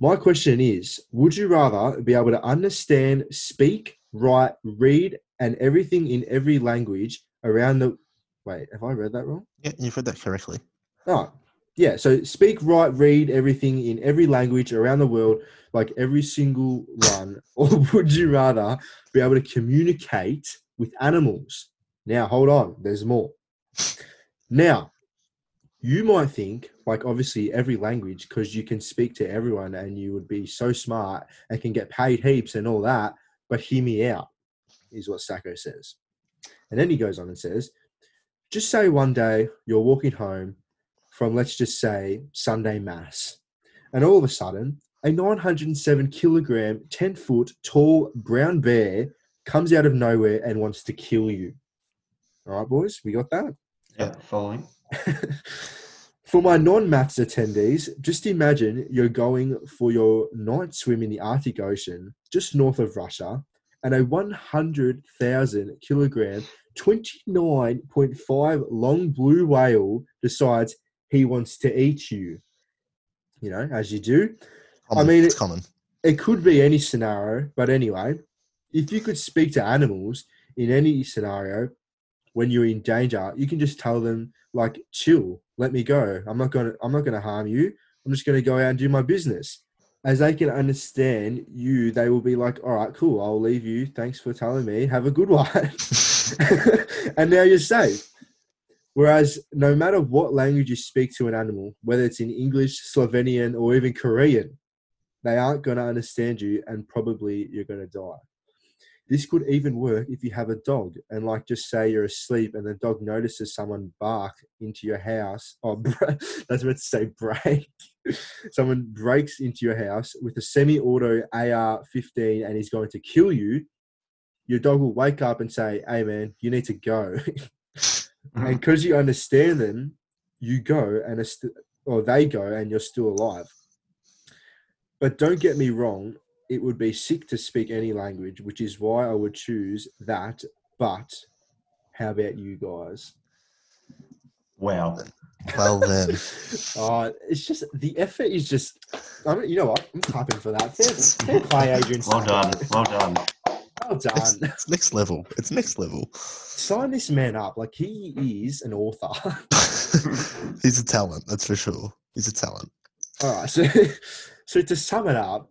S2: My question is Would you rather be able to understand, speak, write, read, and everything in every language around the. Wait, have I read that wrong?
S1: Yeah, you've read that correctly.
S2: Oh, yeah. So speak, write, read everything in every language around the world, like every single one. or would you rather be able to communicate with animals? Now, hold on. There's more. Now, you might think, like, obviously, every language, because you can speak to everyone and you would be so smart and can get paid heaps and all that. But hear me out, is what Sacco says. And then he goes on and says, just say one day you're walking home from, let's just say, Sunday Mass. And all of a sudden, a 907 kilogram, 10 foot tall brown bear comes out of nowhere and wants to kill you. All right, boys, we got that?
S3: yeah, following.
S2: For my non maths attendees, just imagine you're going for your night swim in the Arctic Ocean, just north of Russia, and a 100,000 kilogram, 29.5 long blue whale decides he wants to eat you. You know, as you do.
S1: Common.
S2: mean,
S1: it's
S2: it-
S1: common.
S2: It could be any scenario, but anyway, if you could speak to animals in any scenario when you're in danger, you can just tell them like, "Chill, let me go. I'm not gonna, I'm not gonna harm you. I'm just gonna go out and do my business." As they can understand you, they will be like, "All right, cool. I'll leave you. Thanks for telling me. Have a good one." and now you're safe. Whereas, no matter what language you speak to an animal, whether it's in English, Slovenian, or even Korean, they aren't going to understand you and probably you're going to die. This could even work if you have a dog and, like, just say you're asleep and the dog notices someone bark into your house. Oh, br- that's meant to say break. someone breaks into your house with a semi auto AR 15 and is going to kill you. Your dog will wake up and say, Hey, man, you need to go. and because you understand them, you go and are st- or they go and you're still alive. But don't get me wrong, it would be sick to speak any language, which is why I would choose that. But how about you guys?
S3: Wow.
S1: Well then,
S2: Uh, it's just the effort is just. I mean, you know what? I'm clapping for that. Fair, fair play, Adrian.
S3: Well done. Well done.
S2: Well
S1: it's,
S2: done.
S1: it's next level. It's next level.
S2: Sign this man up. Like he is an author.
S1: He's a talent, that's for sure. He's a talent.
S2: All right. So, so to sum it up,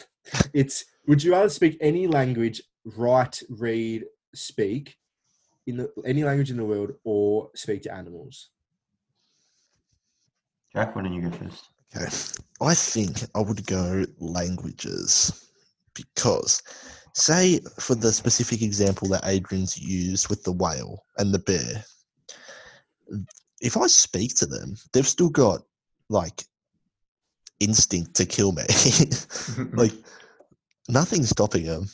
S2: it's would you rather speak any language, write, read, speak in the, any language in the world, or speak to animals?
S3: Jack, why don't you go first?
S1: Okay. I think I would go languages because, say, for the specific example that Adrian's used with the whale and the bear, if I speak to them, they've still got like instinct to kill me. like, nothing's stopping them.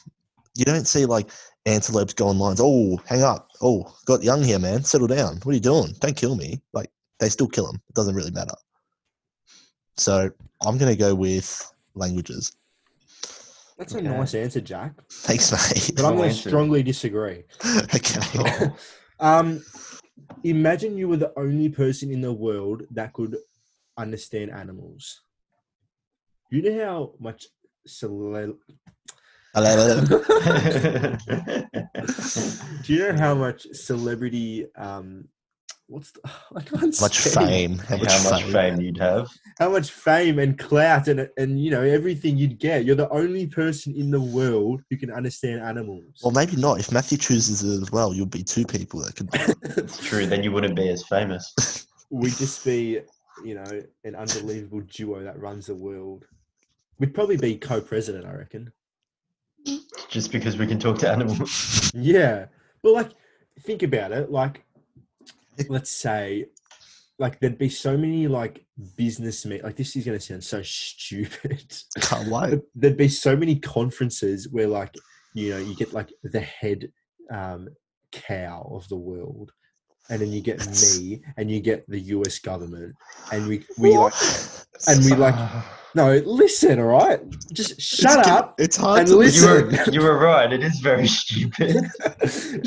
S1: You don't see like antelopes going lines. Oh, hang up. Oh, got young here, man. Settle down. What are you doing? Don't kill me. Like, they still kill them. It doesn't really matter. So I'm going to go with languages.
S2: That's
S3: Okay.
S2: a nice answer, Jack.
S1: Thanks, mate.
S2: But I'm
S3: Cool
S2: going to
S3: answer.
S2: strongly disagree.
S1: okay.
S2: Um, imagine you were the only person in the world that could understand animals. You know how much cele-
S1: Hello.
S2: Do you know how much celebrity? Um, what's the, I can't
S1: much
S2: say.
S1: fame. How much,
S3: How much
S1: fame.
S3: fame you'd have.
S2: How much fame and clout and and you know everything you'd get. You're the only person in the world who can understand animals.
S1: Well, maybe not. If Matthew chooses it as well, you'll be two people that could.
S3: It's true. Then you wouldn't be as famous.
S2: We'd just be, you know, an unbelievable duo that runs the world. We'd probably be co-president, I reckon.
S3: Just because we can talk to animals.
S2: Yeah. Well, like, think about it. Like, let's say, like, there'd be so many, like, businessmen. Like, this is going to sound so stupid.
S1: Can't wait.
S2: But there'd be so many conferences where, like, you know, you get, like, the head um, cow of the world. And then you get me, and you get the U.S. government, and we we like, and we like. No, listen, all right, just shut
S1: It's-
S2: up.
S1: It's hard
S2: and
S1: to
S2: listen.
S3: You were, you were right. It is very stupid.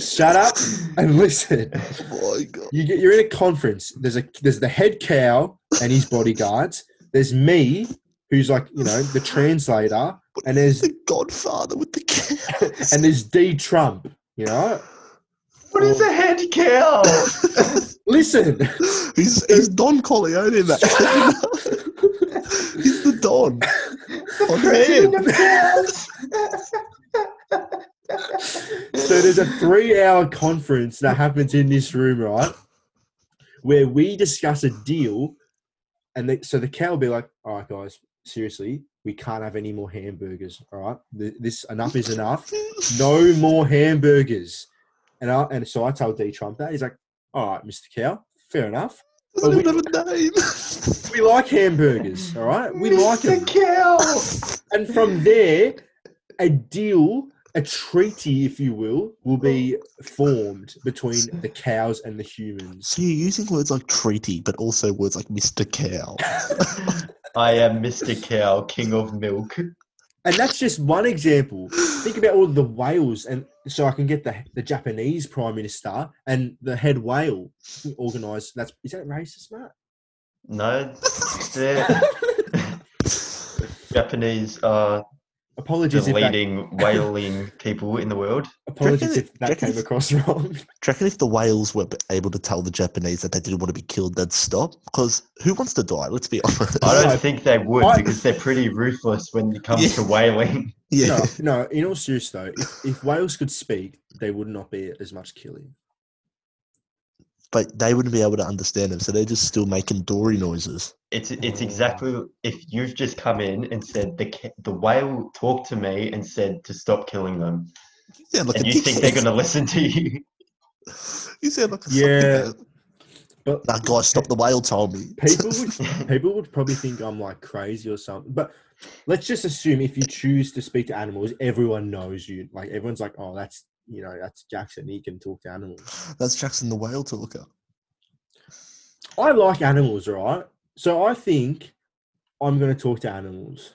S2: Shut up and listen.
S1: Oh my God.
S2: You get, you're in a conference. There's a there's the head cow and his bodyguards. There's me, who's like you know the translator, and there's
S1: The Godfather with the cows.
S2: and there's D Trump. You know,
S3: What is a head cow?
S2: listen.
S1: he's, he's Don Corleone in that. he's the Don. On
S3: President
S1: hand.
S3: of cows.
S2: So there's a three hour conference that happens in this room, right? Where we discuss a deal, and they, so the cow will be like, "All right, guys, seriously, we can't have any more hamburgers. All right, Th- this enough is enough. No more hamburgers." And I, and so I tell D Trump that he's like, "All right, Mr. Cow, fair enough.
S1: Doesn't
S2: we-
S1: even have a name.
S2: We like hamburgers. All right, we like them."
S3: Mr. cow.
S2: And from there, a deal, a treaty, if you will, will be formed between the cows and the humans.
S1: So you're using words like treaty, but also words like Mr. Cow.
S3: I am Mr. Cow, King of Milk.
S2: And that's just one example. Think about all the whales, and so I can get the, the Japanese prime minister and the head whale organized. That's is that racist, Matt?
S3: No, they're- Japanese uh, are the
S2: Apologies if that,
S3: leading whaling people in the world.
S2: apologies
S1: Reckon-
S2: if that
S1: reckon-
S2: came across wrong.
S1: Do you reckon if the whales were b- able to tell the Japanese that they didn't want to be killed, they'd stop? Because who wants to die? Let's be honest.
S3: I
S2: So-
S3: don't think they would
S2: I-
S3: because they're pretty ruthless when it comes
S1: Yeah.
S3: to whaling.
S1: yeah.
S2: No, no. In all seriousness, though, if, if whales could speak, they would not be as much killing.
S1: But they wouldn't be able to understand them, so they're just still making Dory noises.
S3: It's it's exactly if you've just come in and said the ca- the whale talked to me and said to stop killing them.
S1: You sound like
S3: and
S1: a
S3: you think they're going
S1: dickhead.
S3: to listen to you.
S1: You sound like a
S2: Yeah,
S1: fucking.
S2: But
S1: That guy stopped the whale told me.
S2: people would people would probably think I'm like crazy or something. But let's just assume if you choose to speak to animals, everyone knows you. Like everyone's like, oh, that's you know, that's Jackson. He can talk to animals.
S1: That's Jackson the whale talker.
S2: I like animals, right? So I think I'm going to talk to animals.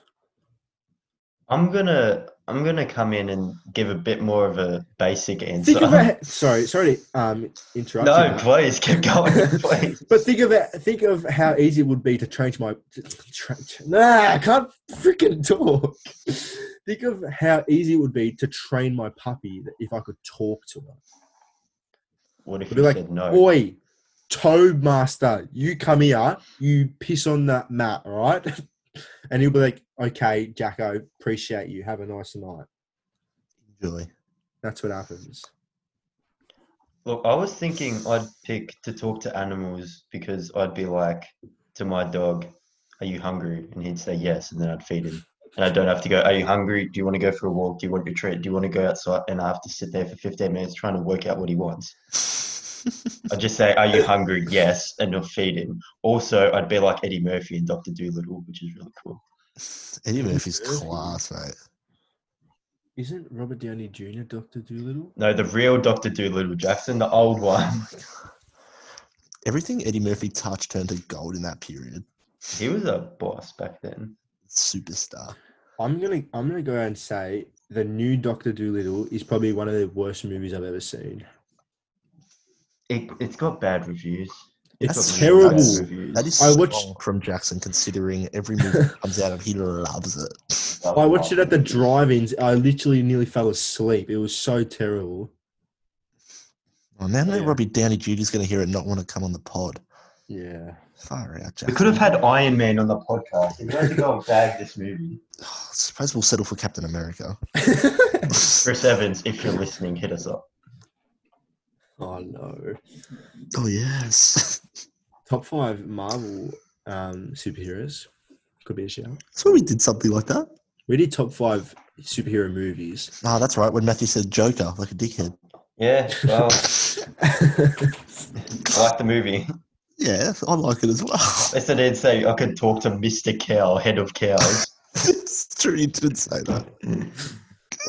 S3: I'm gonna I'm gonna come in and give a bit more of a basic answer.
S2: Think of it. Sorry, sorry to um, interrupt. you,
S3: no,
S2: Matt.
S3: please keep going. Please.
S2: But think of it. Think of how easy it would be to change my. Tra- tra- nah, I can't freaking talk. think of how easy it would be to train my puppy that if I could talk to her.
S3: What if
S2: Be
S3: you
S2: like,
S3: said no?
S2: Oi, Toadmaster, you come here. You piss on that mat, all right? and he'll be like, "Okay, Jacko, appreciate you. Have a nice night."
S1: Enjoy.
S2: That's what happens.
S3: Look, I was thinking I'd pick to talk to animals because I'd be like to my dog, "Are you hungry?" and he'd say yes, and then I'd feed him, and I don't have to go, "Are you hungry? Do you want to go for a walk? Do you want your treat? Do you want to go outside?" And I have to sit there for 15 minutes trying to work out what he wants. I'd just say, "Are you hungry?" Yes, and I'll feed him. Also, I'd be like Eddie Murphy in Doctor Dolittle, which is really cool.
S1: Eddie Murphy's
S2: Murphy.
S1: class, mate.
S2: Isn't Robert Downey Jr. Doctor Doolittle?
S3: No, the real Doctor Dolittle Jackson, the old one.
S1: Everything Eddie Murphy touched turned to gold in that period.
S3: He was a boss back then.
S1: Superstar.
S2: I'm gonna I'm gonna go and say the new Doctor Doolittle is probably one of the worst movies I've ever seen.
S3: It, it's got bad reviews.
S2: It's
S3: got
S2: terrible.
S3: bad reviews.
S1: That is
S2: I
S1: so
S2: watched-
S1: wrong from Jackson, considering every movie that comes out of he loves it.
S2: I watched it at the drive-ins. I literally nearly fell asleep. It was so terrible.
S1: Well, Oh, now that
S2: Yeah.
S1: Robbie Downey Jr. is going to hear it, not want to come on the pod.
S2: Yeah.
S1: Far out, Jackson.
S3: We could have had Iron Man on the podcast. We had to go and bag this movie.
S1: I suppose we'll settle for Captain America. Oh,
S3: Chris Evans, if you're listening, hit us up.
S2: oh no.
S1: oh yes,
S2: Top five Marvel um, superheroes could be a shout.
S1: that's when we did something like that.
S2: We did top five superhero movies.
S1: Ah, that's right. When Matthew said Joker, like a dickhead.
S3: Yeah, well,
S2: Oh,
S3: I like the movie.
S1: Yeah, I like it as well.
S3: They said they'd say I could talk to Mr. Cow, head of cows.
S1: it's true. You didn't say that.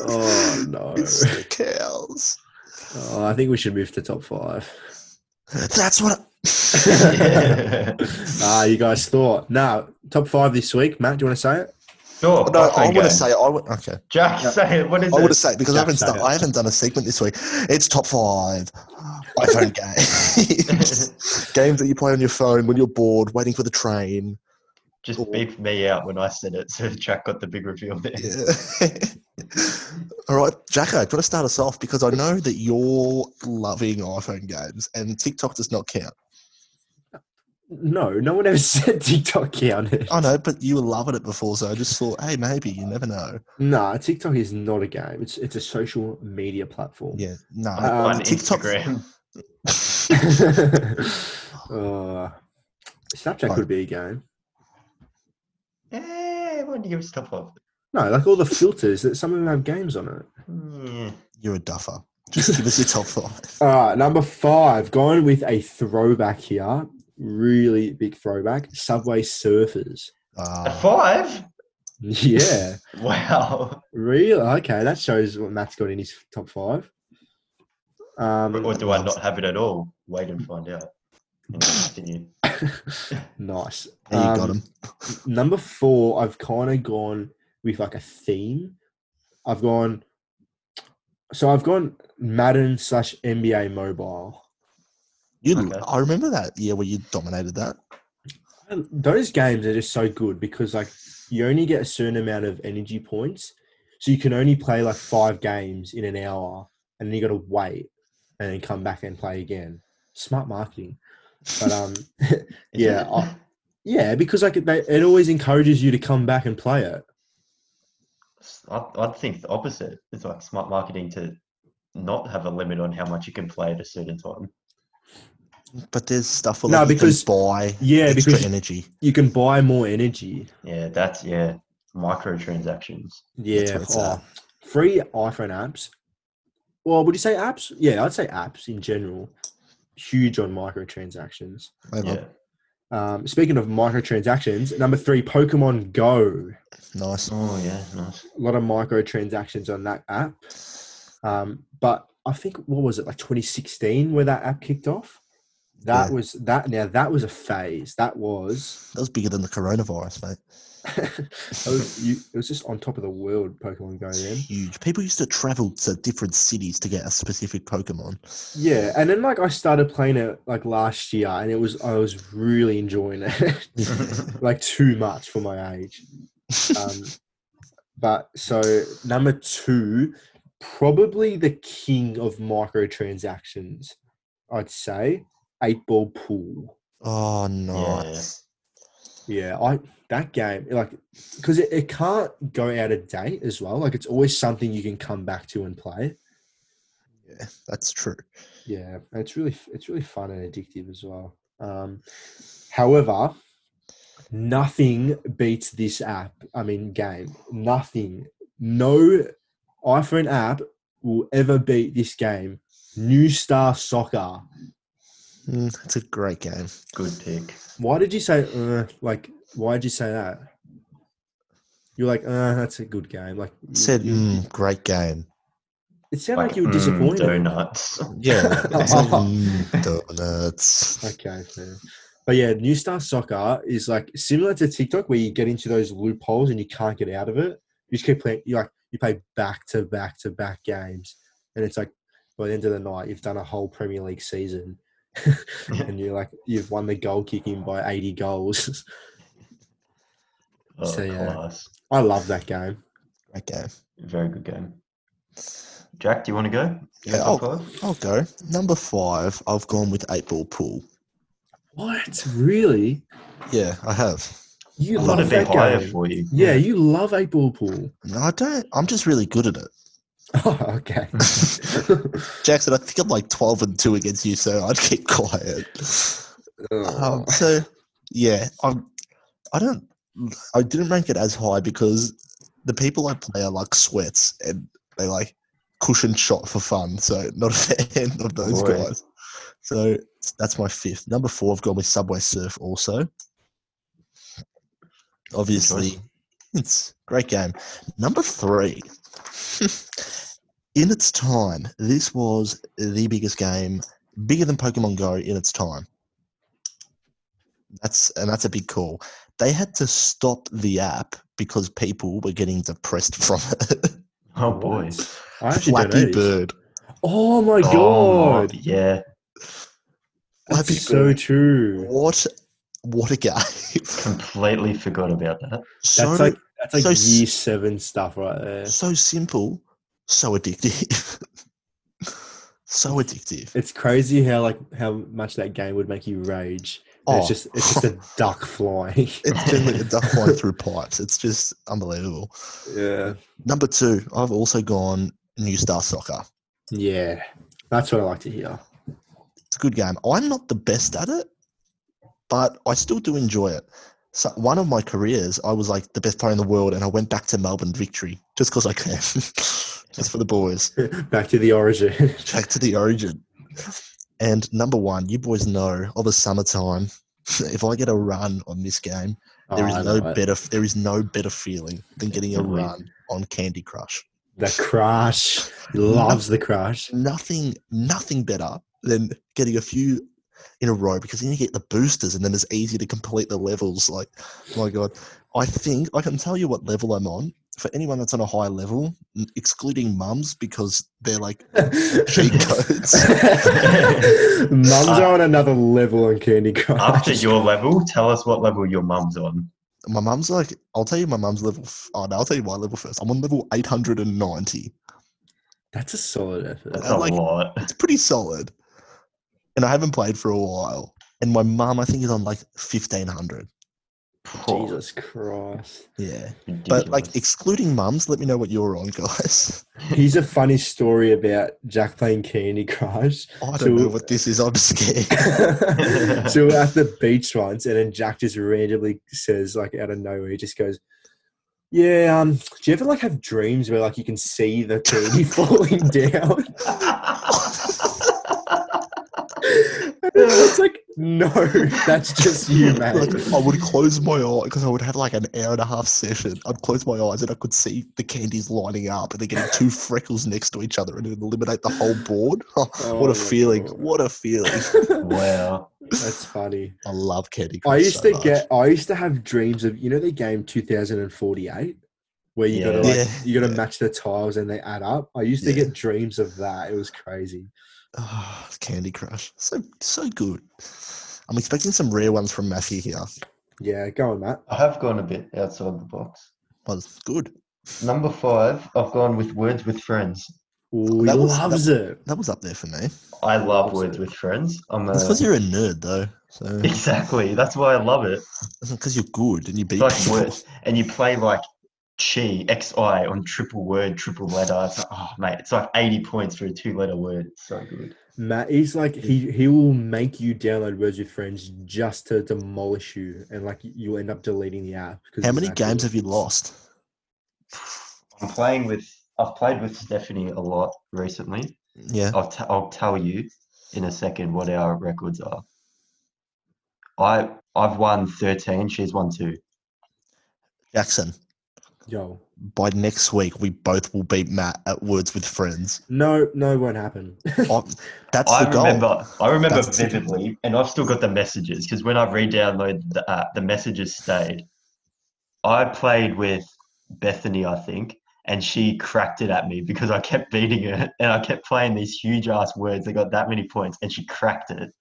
S2: oh no.
S1: It's the cows.
S2: Oh, I think we should move to top five.
S1: That's what.
S3: Yeah.
S2: Ah, you guys thought. Now, top five this week. Matt, do you want to say it?
S3: Sure.
S1: Oh, no,
S3: off we
S1: I
S3: go.
S1: want to say. I would. Okay.
S3: Jack, say it. What is
S1: I want to
S3: it?
S1: say because I haven't
S2: Jack, say
S1: done.
S2: it.
S1: I haven't done a segment this week. It's top five iPhone games. games that you play on your phone when you're bored, waiting for the train.
S3: Just beep me out when I said it, so Jack got the big reveal there.
S1: Yeah. All right, Jacko, do you want to start us off? Because I know that you're loving iPhone games and TikTok does not count.
S2: No, no one ever said TikTok counted.
S1: I know, but you were loving it before, so I just thought, hey, maybe, you never know.
S2: Nah, TikTok is not a game. It's it's a social media platform.
S1: Yeah, no.
S2: Uh,
S3: on
S2: Um,
S1: TikTok-
S3: Instagram.
S2: uh, Snapchat could be a game.
S3: Eh, what do you give us top of?
S2: No, like all the filters that some of them have games on it.
S3: Yeah.
S1: you're a duffer. Just give us your top five.
S2: All right, number five, going with a throwback here. Really big throwback. Subway Surfers.
S3: A
S1: Uh,
S3: five?
S2: Yeah.
S3: Wow.
S2: Real okay, that shows what Matt's got in his top five. Um,
S3: Or do I not have it at all? Wait and find out. And continue.
S2: nice.
S1: there you got
S2: Um,
S1: him.
S2: number four, I've kind of gone with like a theme. I've gone, so I've gone Madden slash NBA Mobile.
S1: You,
S3: okay.
S1: I remember that year where you dominated that.
S2: And Those games are just so good because like you only get a certain amount of energy points, so you can only play like five games in an hour, and then you got to wait and then come back and play again. Smart marketing, but um,
S3: Is
S2: Yeah,
S3: it?
S2: I- yeah, because like it, it always encourages you to come back and play it.
S3: I, I'd think the opposite. It's like smart marketing to not have a limit on how much you can play at a certain time.
S1: But there's stuff where
S2: No,
S1: like,
S2: because-
S1: you can buy
S2: Yeah,
S1: extra
S2: because
S1: energy.
S2: you can buy more energy.
S3: Yeah, that's, yeah, microtransactions.
S2: Yeah,
S1: where it's uh,
S2: oh,
S1: at.
S2: free iPhone apps Well, would you say apps? Yeah, I'd say apps in general. Huge on microtransactions.
S1: Over.
S3: Yeah.
S2: Um, speaking of microtransactions, number three, Pokemon Go.
S1: Nice.
S3: Oh yeah, nice.
S2: A lot of microtransactions on that app. Um, but I think what was it like 2016 where that app kicked off? That
S1: Yeah.
S2: was that. Now that was a phase. That was,
S1: That was bigger than the coronavirus, mate.
S2: that was you, it was just on top of the world. Pokemon Go then.
S1: It's huge. People used to travel to different cities to get a specific Pokemon.
S2: Yeah, and then like I started playing it like last year, and it was I was really enjoying it, like too much for my age. Um, but so number two, probably the king of microtransactions, I'd say eight ball pool.
S1: oh, nice.
S2: Yeah, I that game like because it, it can't go out of date as well. Like it's always something you can come back to and play.
S1: That's true.
S2: Yeah, and it's really it's really fun and addictive as well. Um, however, nothing beats this app. I mean, game. Nothing. No iPhone app will ever beat this game. New Star Soccer.
S1: Mm, it's a great game.
S3: Good pick.
S2: Why did you say uh, like? Why did you say that? You're like, uh, that's a good game. Like you-
S1: Said,
S2: you-
S1: mm, great game.
S2: it sounded like, you were
S3: mm,
S2: disappointed.
S3: donuts.
S1: Yeah. it's like,
S2: Oh.
S1: mm, donuts.
S2: Okay, fair. But yeah, New Star Soccer is like similar to TikTok where you get into those loopholes and you can't get out of it. You just keep playing you like you play back to back to back games. And it's like by the end of the night you've done a whole Premier League season. and you're like you've won the goal kicking by eighty goals.
S3: Oh,
S2: So, yeah.
S3: class.
S2: I love that game.
S1: Great game.
S3: Very good game. Jack, do you want to go? You
S1: Yeah,
S3: got
S1: I'll-
S3: top five?
S1: I'll go. Number five, I've gone with Eight Ball Pool.
S2: What? Really?
S1: Yeah, I have.
S2: You
S3: I
S2: love
S3: thought it'd be
S2: that
S3: higher
S2: game.
S3: for you.
S2: Yeah, you love eight ball pool.
S1: No, I don't. I'm just really good at it.
S2: Oh, okay.
S1: Jackson, I think I'm like 12 and 2 against you, so I'd keep quiet. Um, so, yeah, I'm, I don't. I didn't rank it as high because the people I play are like sweats and they like cushion shot for fun. So not a fan of those
S3: Boy.
S1: guys. So that's my fifth. Number four, I've gone with Subway Surf also. Obviously, it's a great game. Number three. in its time, this was the biggest game, bigger than Pokemon Go in its time. That's and that's a big call. They had to stop the app because people were getting depressed from it.
S3: Oh boy.
S2: I actually don't know
S1: Flappy
S2: these.
S1: Bird.
S2: Oh my god.
S3: Oh, my- yeah.
S2: That's
S1: Flappy
S2: so
S1: Bird.
S2: true.
S1: What what a game. so
S3: Completely forgot about that.
S2: That's like that's like
S1: so s-
S2: year seven stuff right there.
S1: so simple, so addictive. so addictive.
S2: It's crazy how like how much that game would make you rage. And It's
S1: Oh.
S2: just it's just a duck flying.
S1: It's been like a duck flying through pipes. It's just unbelievable.
S2: yeah.
S1: Number two, I've also gone New Star Soccer.
S2: Yeah. That's what I like to hear.
S1: It's a good game. I'm not the best at it, but I still do enjoy it. So one of my careers, I was like the best player in the world, and I went back to Melbourne Victory just because I can, just for the boys.
S2: Back to the origin.
S1: Back to the origin. And number one, you boys know of a summertime. If I get a run on this game, there is
S2: Oh, I
S1: no
S2: love it.
S1: better. There is no better feeling than getting a
S3: Agreed.
S1: run on Candy Crush.
S2: the crash. He loves the crash.
S1: Nothing, nothing better than getting a few in a row because then you get the boosters and then it's easy to complete the levels. Like, my God, I think I can tell you what level I'm on. For anyone that's on a high level, n- excluding mums because they're like cheat codes.
S2: Mums are on another level on Candy Crush.
S3: Up to your level, tell us what level your mum's on.
S1: My mum's like, I'll tell you my mum's level. F- oh, no, I'll tell you my level first. I'm on level 890.
S2: That's a solid effort. Oh
S3: That's
S1: I
S3: a
S1: like-
S3: lot.
S1: It's pretty solid. And I haven't played for a while. And my mum, I think, is on like 1500.
S2: Jesus Christ.
S1: Yeah. But like, excluding mums, let me know what you're on, guys.
S2: Here's a funny story about Jack playing Candy Crush.
S1: I
S2: So-
S1: don't know what this is. I'm scared.
S2: so we're at the beach once, and then Jack just randomly says, like out of nowhere, he just goes, Yeah. Um. Do you ever like have dreams where like you can see the TV falling down? it's like no, that's just you, mate.
S1: Like, I would close my eye because I would have like an hour and a half session. I'd close my eyes and I could see the candies lining up and they're getting two freckles next to each other and it'd eliminate the whole board.
S2: Oh
S1: what
S2: my
S1: a feeling.
S2: God.
S1: What a feeling.
S3: wow.
S2: That's funny.
S1: I love Candy Crush.
S2: I used
S1: so
S2: to
S1: much.
S2: get. I used to have dreams of you know the game 2048 where you gotta
S3: Yeah.
S2: like
S1: Yeah.
S2: you gotta
S1: Yeah.
S2: match the tiles and they add up. I used to
S1: Yeah.
S2: get dreams of that. It was crazy.
S1: Ah, Candy Crush. So so good. I'm expecting some rare ones from Matthew here.
S2: Yeah, go on, Matt.
S3: I have gone a bit outside the box.
S1: Well, it's good.
S3: Number five, I've gone with Words with Friends.
S2: Ooh, he
S1: That was-
S2: loves it.
S1: That was up there for me.
S3: I love Words
S2: Absolutely.
S3: with Friends. I'm
S1: It's because
S3: a-
S1: you're a nerd though. So
S3: exactly. That's why I love it.
S1: because you're good and you beat
S3: It's like
S1: people.
S3: words, and you play like chi xi on triple word, triple letter. It's like, oh mate, it's like 80 points for a two-letter word. It's so good.
S2: Matt, he's like he he will make you download Words with Friends just to demolish you, and like you'll end up deleting the app. 'cause
S1: How
S2: he's
S1: many
S2: that
S1: games
S2: good.
S1: have you lost?
S3: I'm playing with. I've played with Stephanie a lot recently.
S1: Yeah.
S3: I'll t- I'll tell you in a second what our records are. I I've won 13. She's won two.
S1: Jackson,
S2: Yo,
S1: by next week we both will beat Matt at Words with Friends.
S2: no, no, it won't happen.
S1: I, that's
S3: I
S1: the goal.
S3: remember. I remember
S1: That's the goal.
S3: vividly, and I've still got the messages because when I re-downloaded the app, the messages stayed. I played with Bethany, I think, and she cracked it at me because I kept beating her, and I kept playing these huge ass words that got that many points, and she cracked it.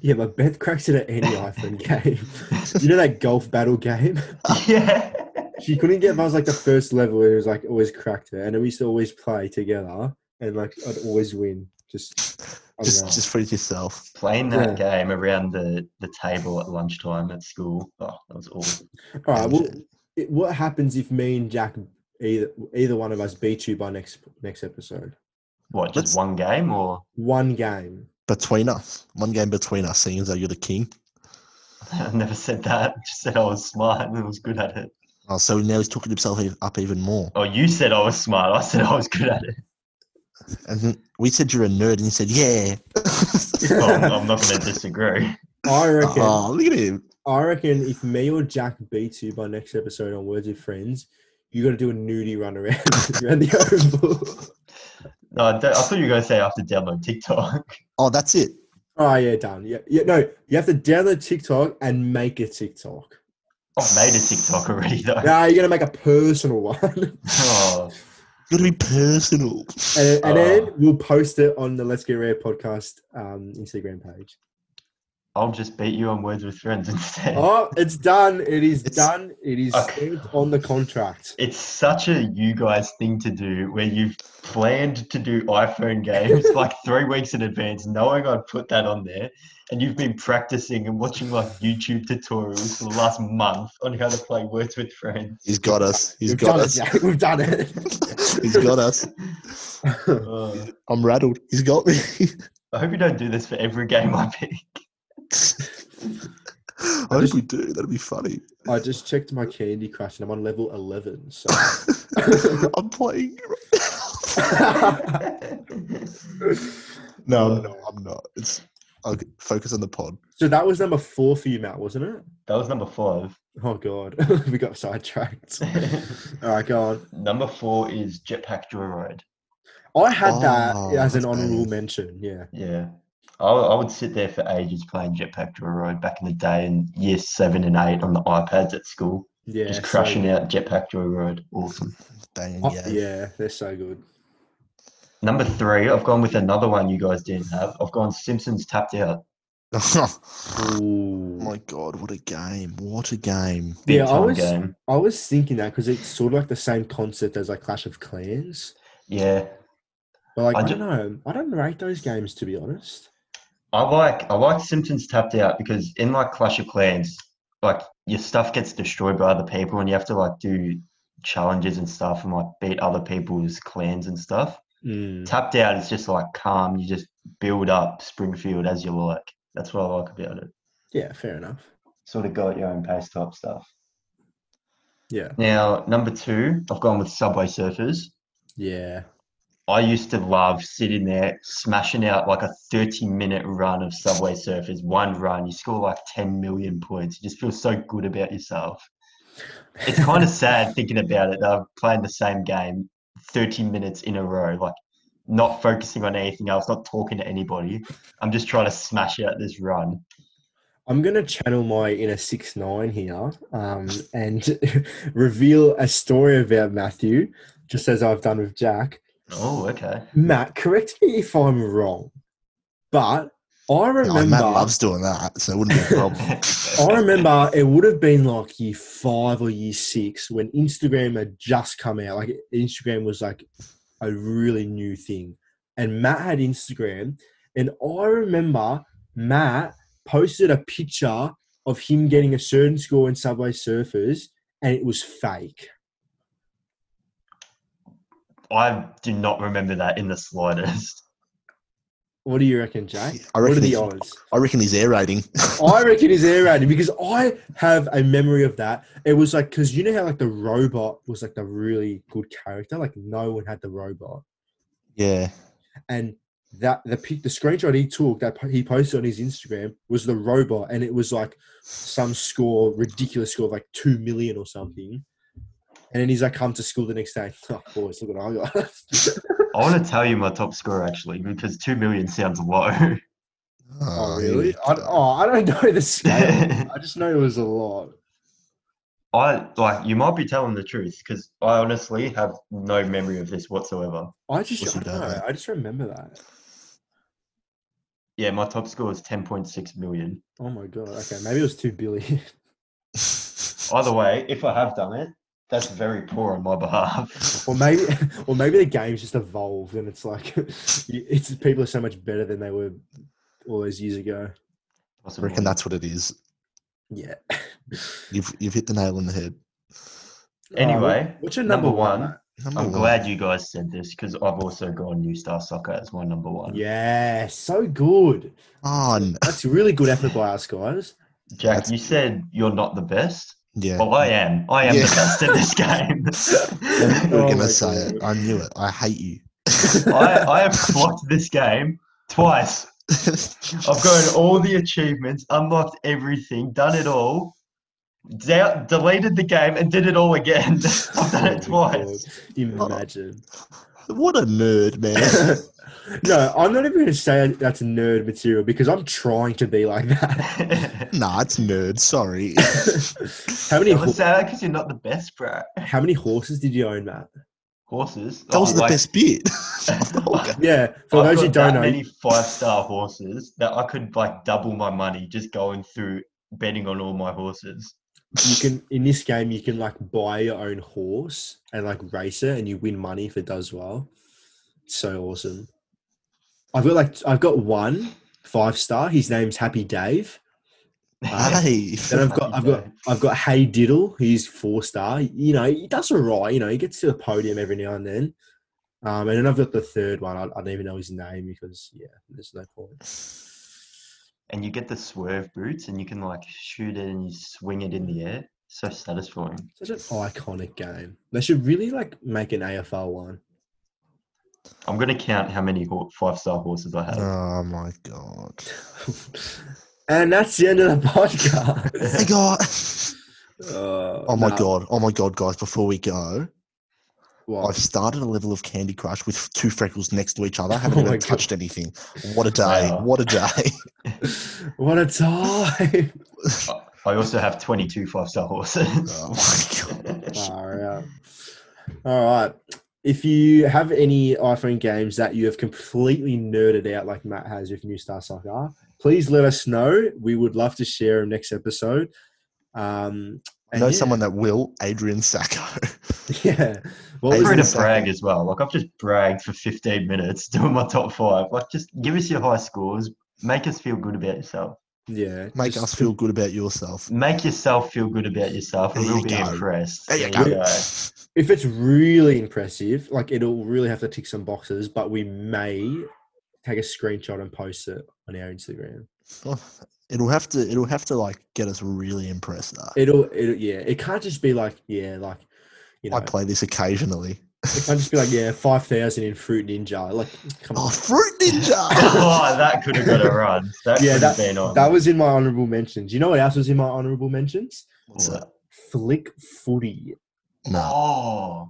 S2: yeah, but Beth cracks it at any iPhone game. you know that golf battle game.
S3: yeah.
S2: she couldn't get past like the first level. It was like always cracked her, and we used to always play together, and like I'd always win. Just, I
S1: Just
S2: don't know.
S1: just for yourself.
S3: playing that game around the, the table at lunchtime at school. Oh, that was awesome.
S2: all right. Well, it, what happens if me and Jack either either one of us beat you by next next episode?
S3: What, just
S1: Let's-
S3: one game or?
S2: One game.
S1: Between us. One game between us, seeing as though you're the king.
S3: I never said that. Just said I was smart and I was good at it.
S1: Oh, so now he's talking himself e- up even more.
S3: Oh, you said I was smart. I said I was good at it.
S1: And then we said you're a nerd, and he said, "Yeah."
S3: Well, I'm, Oh, I'm not going to disagree.
S2: I reckon.
S1: oh, look at him.
S2: I reckon if me or Jack beats you by next episode on Words with Friends, you got to do a nudie run around, around the oval.
S3: No, I, don't- I thought you were going to say I have to download TikTok.
S1: Oh, that's it.
S2: Oh yeah, done. Yeah, yeah. No, you have to download TikTok and make a TikTok.
S3: I've made a TikTok already, though.
S2: Nah, you're gonna make a personal one.
S3: Oh,
S1: Got to be personal.
S2: and, and
S3: Uh.
S1: Ah.
S2: then we'll post it on the Let's Get Rare podcast um, Instagram page.
S3: I'll just beat you on Words with Friends instead.
S2: Oh, it's done! It is
S1: It's-
S2: done! It is
S3: Okay.
S2: stamped on the contract.
S3: It's such a you guys thing to do where you've planned to do iPhone games like three weeks in advance, knowing I'd put that on there. And you've been practicing and watching like YouTube tutorials for the last month on how to play Words with Friends.
S1: He's got us. He's
S2: We've
S1: got
S2: done
S1: us.
S2: it, Jack. We've done it.
S1: He's got us.
S3: Uh,
S1: I'm rattled. He's got me.
S3: I hope you don't do this for every game I pick.
S1: I hope we do. That'd be funny.
S2: I just checked my Candy Crush and I'm on level 11. So
S1: I'm playing. no, no, I'm not. It's. I'll g- focus on the pod.
S2: so that was number four for you, Matt, wasn't it?
S3: That was number five.
S2: Oh, God. we got sidetracked. All right, go on.
S3: number four is Jetpack Joyride.
S2: I had
S1: Oh,
S2: that as an
S1: that's
S2: honorable
S1: bad.
S2: mention. Yeah.
S3: Yeah. I, I would sit there for ages playing Jetpack Joyride back in the day in year seven and eight on the iPads at school.
S2: Yeah.
S3: just
S2: so-
S3: crushing out Jetpack Joyride. Awesome.
S1: Bang.
S2: Oh,
S1: yeah.
S2: yeah, they're so good.
S3: Number three, I've gone with another one you guys didn't have. I've gone Simpsons Tapped Out.
S1: oh
S2: Ooh.
S1: my god! What a game! What a game!
S3: Big
S2: Yeah, I
S3: time
S2: was-
S3: game.
S2: I was thinking that because it's sort of like the same concept as like Clash of Clans,
S3: Yeah.
S2: but like
S3: I
S2: I,
S3: ju-
S2: don't know, I don't rate those games to be honest.
S3: I like I like Simpsons Tapped Out because in like Clash of Clans, like your stuff gets destroyed by other people and you have to like do challenges and stuff and like beat other people's clans and stuff.
S2: Mm.
S3: Tapped out is just like calm. You just build up Springfield as you like. That's what I like about it.
S2: Yeah, fair enough.
S3: Sort of go at your own pace type stuff.
S2: Yeah.
S3: Now, number two, I've gone with Subway Surfers.
S2: Yeah.
S3: I used to love sitting there smashing out like a 30 minute run of Subway Surfers. One run, you score like 10 million points. You just feel so good about yourself. It's kind of sad thinking about it. that I'm playing the same game 30 minutes in a row, like not focusing on anything else, not talking to anybody. I'm just trying to smash out this run.
S2: I'm gonna channel my inner six nine here um, and reveal a story about Matthew, just as I've done with Jack.
S3: Oh, okay.
S2: Matt, correct me if I'm wrong, but
S1: No,
S2: I remember Oh.
S1: Matt loves doing that, so it wouldn't be a problem.
S2: I remember it would have been like year five or year six when Instagram had just come out. Like Instagram was like a really new thing. And Matt had Instagram. And I remember Matt posted a picture of him getting a certain score in Subway Surfers and it was fake.
S3: I do not remember that in the slightest.
S2: What do you reckon, Jake?
S1: I
S2: what are
S1: reckon
S2: the
S1: it's-
S2: odds?
S1: I reckon he's air rating.
S2: I reckon he's air rated because I have a memory of that. It was like because you know how like the robot was like the really good character, like no one had the robot, Oh,
S1: yeah.
S2: and that the pic, the screenshot he took that po- he posted on his Instagram was the robot, and it was like some score, ridiculous score, of like two million or something. And then he's like come to school the next day. Oh, boys, look what I got.
S3: I want to tell you my top score actually because 2 million sounds low.
S2: oh,
S1: here
S2: really?
S1: we
S2: I,
S1: go.
S2: oh, I don't know the scale. I just know it was a lot.
S3: I like you might be telling the truth because I honestly have no memory of this whatsoever.
S2: I just,
S1: What's
S2: I,
S1: it
S2: don't
S1: done,
S2: know,
S1: eh?
S2: I just remember that.
S3: Yeah, my top score is 10.6 million.
S2: Oh my god. Okay, maybe it was two billion.
S3: Either way, if I have done it, that's very poor on my behalf.
S2: Or maybe, or maybe the game's just evolved, and it's like, it's people are so much better than they were all those years ago.
S1: I
S3: Possibly.
S1: reckon that's what it is.
S2: Yeah.
S1: You've you've hit the nail on the head.
S3: Anyway,
S2: Uh, what's your
S3: number
S2: number, one?
S3: one,
S1: Number
S3: I'm
S1: one.
S3: glad you guys said this because I've also gone New Star Soccer as my number one.
S2: Yeah, so good.
S1: on.
S2: That's a really good effort by us guys.
S3: Jack,
S1: That's-
S3: you said you're not the best.
S1: Yeah.
S3: Well, I am. I am
S1: Yeah.
S3: the best at this
S1: And
S3: game.
S1: you were
S2: Oh my
S1: gonna say it.
S2: God.
S1: I knew it. I hate you.
S3: I, I have flopped this game twice. I've gotten all the achievements, unlocked everything, done it all, de- deleted the game, and did it all again. I've done it
S2: Oh my
S3: twice.
S2: God, Imagine.
S1: what a nerd, man.
S2: No, I'm not even going to say that's nerd material because I'm trying to be like that.
S1: nah, it's nerd. Sorry.
S2: How many
S3: I would
S2: ho-
S3: say that because you're not the best, bro.
S2: how many horses did you own, Matt?
S3: Horses.
S1: That was
S3: oh,
S1: the
S3: like-
S1: best Oh, bit. of the whole game.
S2: Yeah, for
S3: I've
S2: those who
S3: got
S2: don't
S3: that
S2: know,
S3: many five-star horses that I could like double my money just going through betting on all my horses.
S2: you can in this game you can like buy your own horse and like race it and you win money if it does well so awesome i've got like i've got one five star his name's happy dave
S1: Ah,
S2: Uh,
S1: Hey.
S2: then i've got i've
S3: Happy
S2: got i've got hey diddle he's four star you know he does all right you know he gets to the podium every now and then um and then i've got the third one i, I don't even know his name because yeah there's no point
S3: And you get the swerve boots, and you can like shoot it and you swing it in the air. So satisfying.
S2: such an iconic game they should really like make an afl one
S3: I'm gonna count how many ho- five-star horses I have.
S1: Oh my god.
S2: and that's the end of the podcast.
S1: Hey god.
S3: Oh,
S2: Uh,
S1: Oh my
S2: nah,
S1: god. Oh my god, guys, before we go,
S2: what?
S1: I've started a level of Candy Crush with two freckles next to each other. I
S2: Oh
S1: haven't
S2: my
S1: even
S2: God.
S1: touched anything. What a day.
S3: Wow.
S1: What a day.
S2: What a time!
S3: I also have 22 five-star horses.
S1: oh my god.
S2: Far out. All right. If you have any iPhone games that you have completely nerded out, like Matt has with New Star Soccer, please let us know. We would love to share them next episode. Um,
S1: I
S2: and
S1: know
S2: yeah.
S1: someone that will, Adrian Sacco.
S2: Yeah. What
S1: Hey,
S3: Free
S2: was
S1: Adrian
S2: the
S3: to
S1: Sacco.
S3: brag as well. Like I've just bragged for 15 minutes doing my top five. Like just give us your high scores. Make us feel good about yourself.
S2: second- Yeah.
S1: Make
S2: just-
S1: us feel good about yourself.
S3: Make yourself feel good about yourself, and
S1: There
S3: we'll
S1: you
S3: be
S1: go.
S3: impressed.
S1: There you
S2: There you
S1: go.
S2: if it's really impressive, like it'll really have to tick some boxes, but we may take a screenshot and post it on our Instagram.
S1: It'll have to. It'll have to like get us really impressed. Though.
S2: It'll, it'll yeah. It can't just be like yeah, like you know.
S1: I play this occasionally.
S2: It can't just be like yeah, five thousand in Fruit Ninja. Like come
S1: Oh,
S2: on.
S1: fruit ninja!
S3: oh, that could have got a run. That
S2: Yeah,
S3: could
S2: that-
S3: have been on.
S2: That was in my honourable mentions. You know what else was in my honourable mentions?
S1: What's that?
S2: Flick footy.
S1: No,
S3: Oh,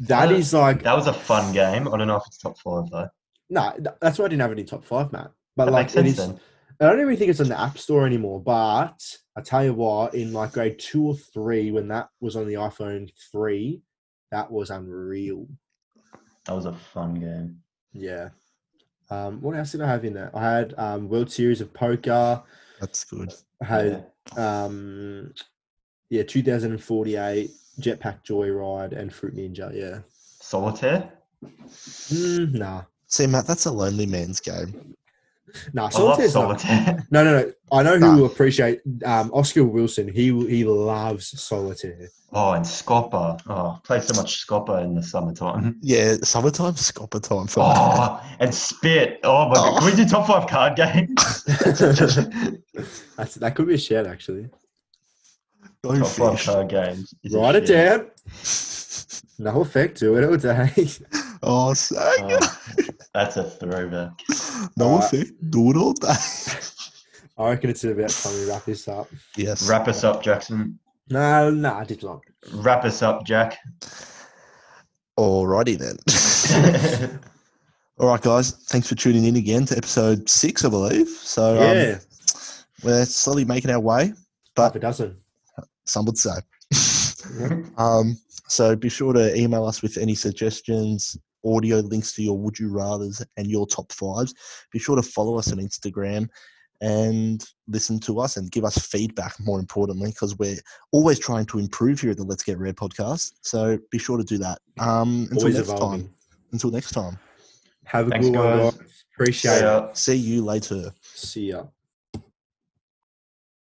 S2: That
S3: That-
S2: is like
S3: Uh, that was a fun game. I don't know if it's top five though.
S2: no. th- that's why I didn't have any top five, Matt. But
S3: That
S2: like
S3: makes
S2: it
S3: sense
S2: is.
S3: then.
S2: I don't even think it's on the App Store anymore. But I tell you what, in like grade two or three, when that was on the iPhone three, that was unreal.
S3: That was a fun game.
S2: Yeah. Um, what else did I have in there? I had um, World Series of Poker.
S1: that's good.
S2: I
S3: Yeah.
S2: had um, yeah, 2048 Jetpack Joyride and Fruit Ninja. Yeah.
S3: Solitaire.
S2: Mm, nah,
S1: See, Matt, that's a lonely man's game.
S2: nah.
S3: I love
S2: Solitaire's not.
S3: solitaire.
S2: No, no, no. I know who
S1: Nah.
S2: will appreciate um, Oscar Wilson. He will- he loves solitaire.
S3: Oh, and Scopper. Oh, play so much Scopper in the summertime.
S1: Yeah, summertime, scopper time for me.
S3: Oh, and Spit. Oh my
S1: Oh.
S3: god. Can we do top five card games?
S2: That's, that could be a shout actually.
S1: Go
S3: top five
S1: fish.
S3: card games. is a
S2: Write it
S3: shit.
S2: down. No effect to it all day.
S1: Oh, sang it.
S3: Oh, that's a throwback.
S1: No
S2: Alright.
S1: effect. Do it all day.
S2: I reckon it's about time we wrap this up.
S1: yes.
S3: Wrap us up, Jackson.
S2: No, no, I did not.
S3: Wrap us up, Jack.
S1: Alrighty then.
S3: Thanks
S1: all right, guys. Thanks for tuning in again to episode six, I believe. So
S2: yeah,
S1: um, we're slowly making our way.
S2: half a dozen.
S1: Some would say. Um, so be sure to email us with any suggestions, audio links to your would you rather's and your top fives. Be sure to follow us on Instagram and listen to us and give us feedback more importantly because we're always trying to improve here at the let's get red podcast so be sure to do that um until
S2: Always
S1: next
S2: evolving.
S1: time until next time
S2: Have a
S3: Thanks,
S2: good one,
S3: guys.
S2: guys. Appreciate it.
S3: guys.
S1: see you later
S2: See ya.